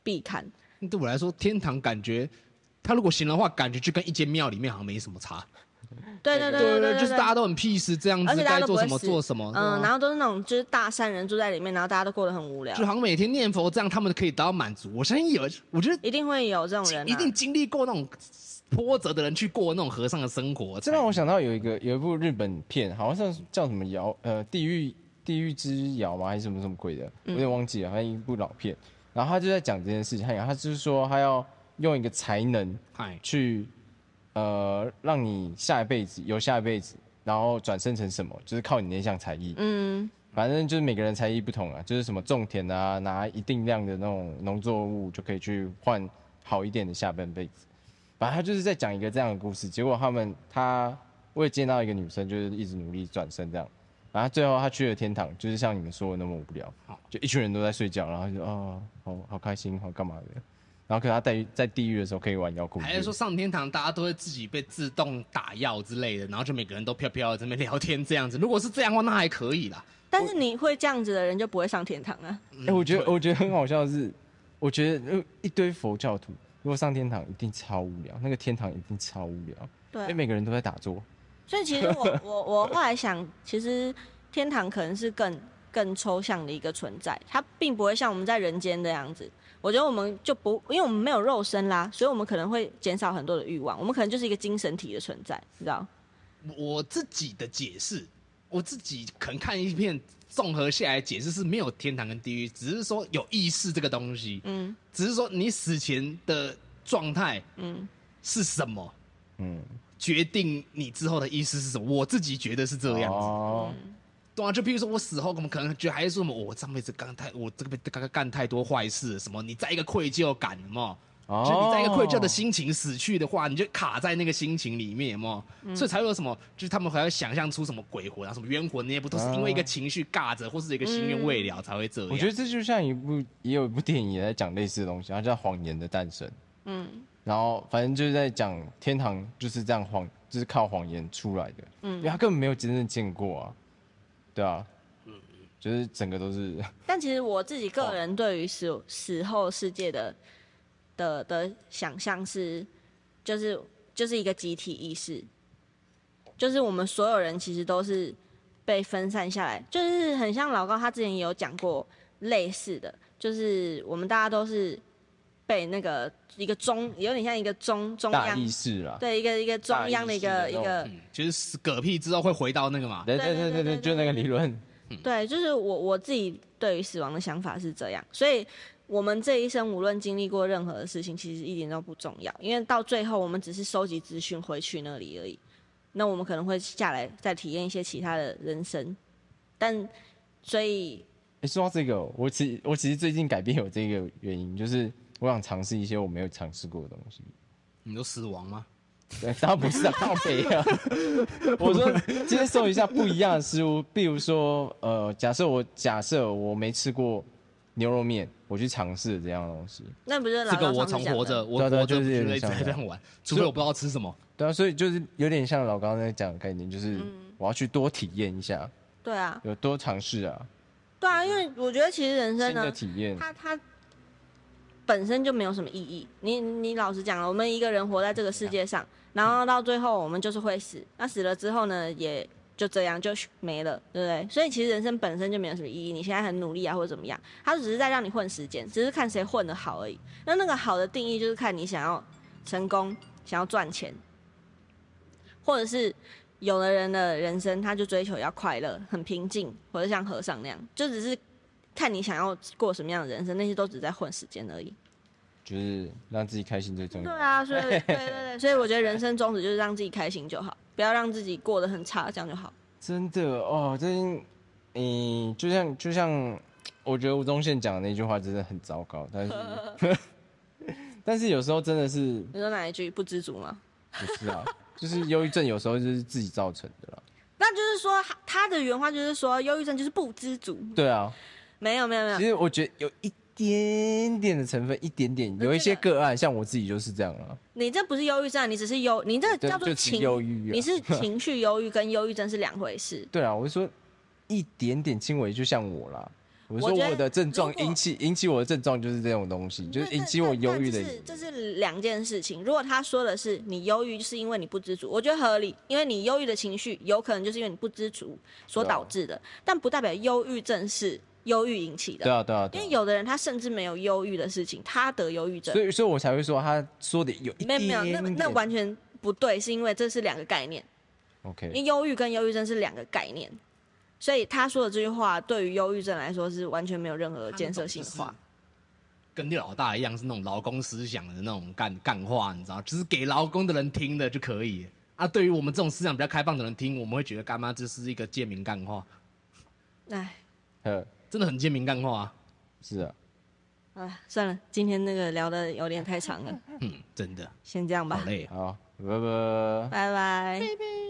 必看。对我来说，天堂感觉，它如果行的话，感觉就跟一间庙里面好像没什么差。对对对对对，就是大家都很 peace 这样而子，且大该家都不做会什么死做什么。啊嗯，然后后都是那种就是大善人住在里面，然后大家都过得很无聊就，好像每天念佛这样，他们可以得到满足。我相信有，我觉得一定会有这种人、啊，一定经历过那种波折的人去过那种和尚的生活。这让我想到有一个有一部日本片，好像是叫什么遥呃地狱地狱之遥吗？还是什么什么鬼的，我有点忘记了，反正一部老片。然后他就在讲这件事情，他他就是说他要用一个才能嗨，去呃让你下一辈子有下一辈子，然后转生成什么，就是靠你那项才艺。嗯。反正就是每个人才艺不同啊，就是什么种田啊，拿一定量的那种农作物就可以去换好一点的下半辈子。反正他就是在讲一个这样的故事。结果他们他我也见到一个女生，就是一直努力转身这样。然后最后她去了天堂，就是像你们说的那么无聊，就一群人都在睡觉，然后就哦，好好开心，好干嘛的。然后可能她在在地狱的时候可以玩摇滚乐，还是说上天堂，大家都会自己被自动打药之类的，然后就每个人都飘飘的在那边聊天这样子。如果是这样的话，那还可以啦。但是你会这样子的人就不会上天堂啊。嗯哎、我觉得我觉得很好笑的是，我觉得呃一堆佛教徒如果上天堂一定超无聊，那个天堂一定超无聊，对啊因为每个人都在打坐。所以其实我 我我后来想，其实天堂可能是更更抽象的一个存在，它并不会像我们在人间的样子。我觉得我们就不，因为我们没有肉身啦，所以我们可能会减少很多的欲望，我们可能就是一个精神体的存在，你知道？我自己的解释，我自己可能看一片综合下来解释是没有天堂跟地狱，只是说有意识这个东西，嗯只是说你死前的状态嗯，是什么，嗯，决定你之后的意思是什么。我自己觉得是这样子，哦，对啊，就譬如说我死后，我们可能觉得还是说什么，我上辈子干太，我这个辈子刚刚干太多坏事，什么你在一个愧疚感嘛，嗯哦就是你在一个愧疚的心情死去的话，你就卡在那个心情里面嘛，所以才会有什么，就是他们还要想象出什么鬼魂啊，什么冤魂那些，不都是因为一个情绪尬着，或是一个心愿未了才会这样。哦我觉得这就像一部也有一部电影也在讲类似的东西，它叫《谎言的诞生》。嗯，然后反正就是在讲天堂就是这样谎，就是靠谎言出来的。嗯，因为他根本没有真正见过啊，对啊，嗯，就是整个都是但其实我自己个人对于死死后世界的的的想象是，就是就是一个集体意识，就是我们所有人其实都是被分散下来，就是很像老高他之前也有讲过类似的，就是我们大家都是被那个一个中有点像一个中中大央意识啦。对一个一个中央的一大个一意识的那种个嗯，就是嗝屁之后会回到那个嘛，对对对对对对对对，就那个理论。对，就是我我自己对于死亡的想法是这样，所以我们这一生无论经历过任何的事情，其实一点都不重要，因为到最后我们只是收集资讯回去那里而已。那我们可能会下来再体验一些其他的人生，但所以哎、说到这个，我其我其实最近改变有这个原因，就是我想尝试一些我没有尝试过的东西。你都死亡吗？对，当然不是啊，靠北啊！我说接受一下不一样的食物，比如说，呃，假设我假设我没吃过牛肉面，我去尝试这样的东西。那不是老这个高上我从次讲活的着，我对活啊对啊着就是有不点会像再这这样样玩，除非我不知道吃什么。对啊，所以就是有点像老刚刚在讲的概念，就是我要去多体验一下，对啊，有多尝试啊，对啊，因为我觉得其实人生新的呢，体验。它它本身就没有什么意义。你你老实讲了，我们一个人活在这个世界上，然后到最后我们就是会死。那死了之后呢，也就这样就没了，对不对？所以其实人生本身就没有什么意义。你现在很努力啊，或者怎么样，它只是在让你混时间，只是看谁混得好而已。那那个好的定义就是看你想要成功，想要赚钱，或者是有的人的人生他就追求要快乐、很平静，或者像和尚那样，就只是看你想要过什么样的人生，那些都只是在混时间而已。就是让自己开心最重对要。啊， 所以对对对，所以我觉得人生宗旨就是让自己开心就好，不要让自己过得很差，这样就好。真的哦，最近，嗯，就像就像，我觉得吴宗宪讲的那句话真的很糟糕，但是 但是有时候真的是你说哪一句不知足吗？不 是啊，就是忧郁症有时候就是自己造成的啦。那就是说他他的原话就是说，忧郁症就是不知足。对啊，没有没有没有其，实我觉得有一点点的成分，一点点，有一些个案，像我自己就是这样啊。你这不是忧郁症，你只是忧，你这对叫做就只是情忧郁啊 你是情绪忧郁跟忧郁症是两回事。对啊，我是说一点点轻微，就像我啦。我是说我觉得我的症状如果引起引起我的症状就是这种东西，就是对引起我但忧但郁的这原是因。这是两件事情。如果他说的是你忧郁是因为你不知足，我觉得合理，因为你忧郁的情绪有可能就是因为你不知足所啊导致的，但不代表忧郁症是忧郁引起的。对啊，对啊，对因啊为有的人他甚至没有忧郁的事情，他得忧郁症所，以所以我才会说他说的有一没有点没有，那点那完全不对，是因为这是两个概念。因 OK，为忧郁跟忧郁症是两个概念，所以他说的这句话对于忧郁症来说是完全没有任何建设性的话。跟那老大一样，是那种劳工思想的那种干干话，你知道，就是给劳工的人听的就可以。啊，对于我们这种思想比较开放的人听，我们会觉得干妈这是一个贱民干话，哎，呃，真的很贱民干话、啊，是啊，哎，算了，今天那个聊的有点太长了，嗯，真的先这样吧好，累啊。好，拜拜。拜拜。 baby.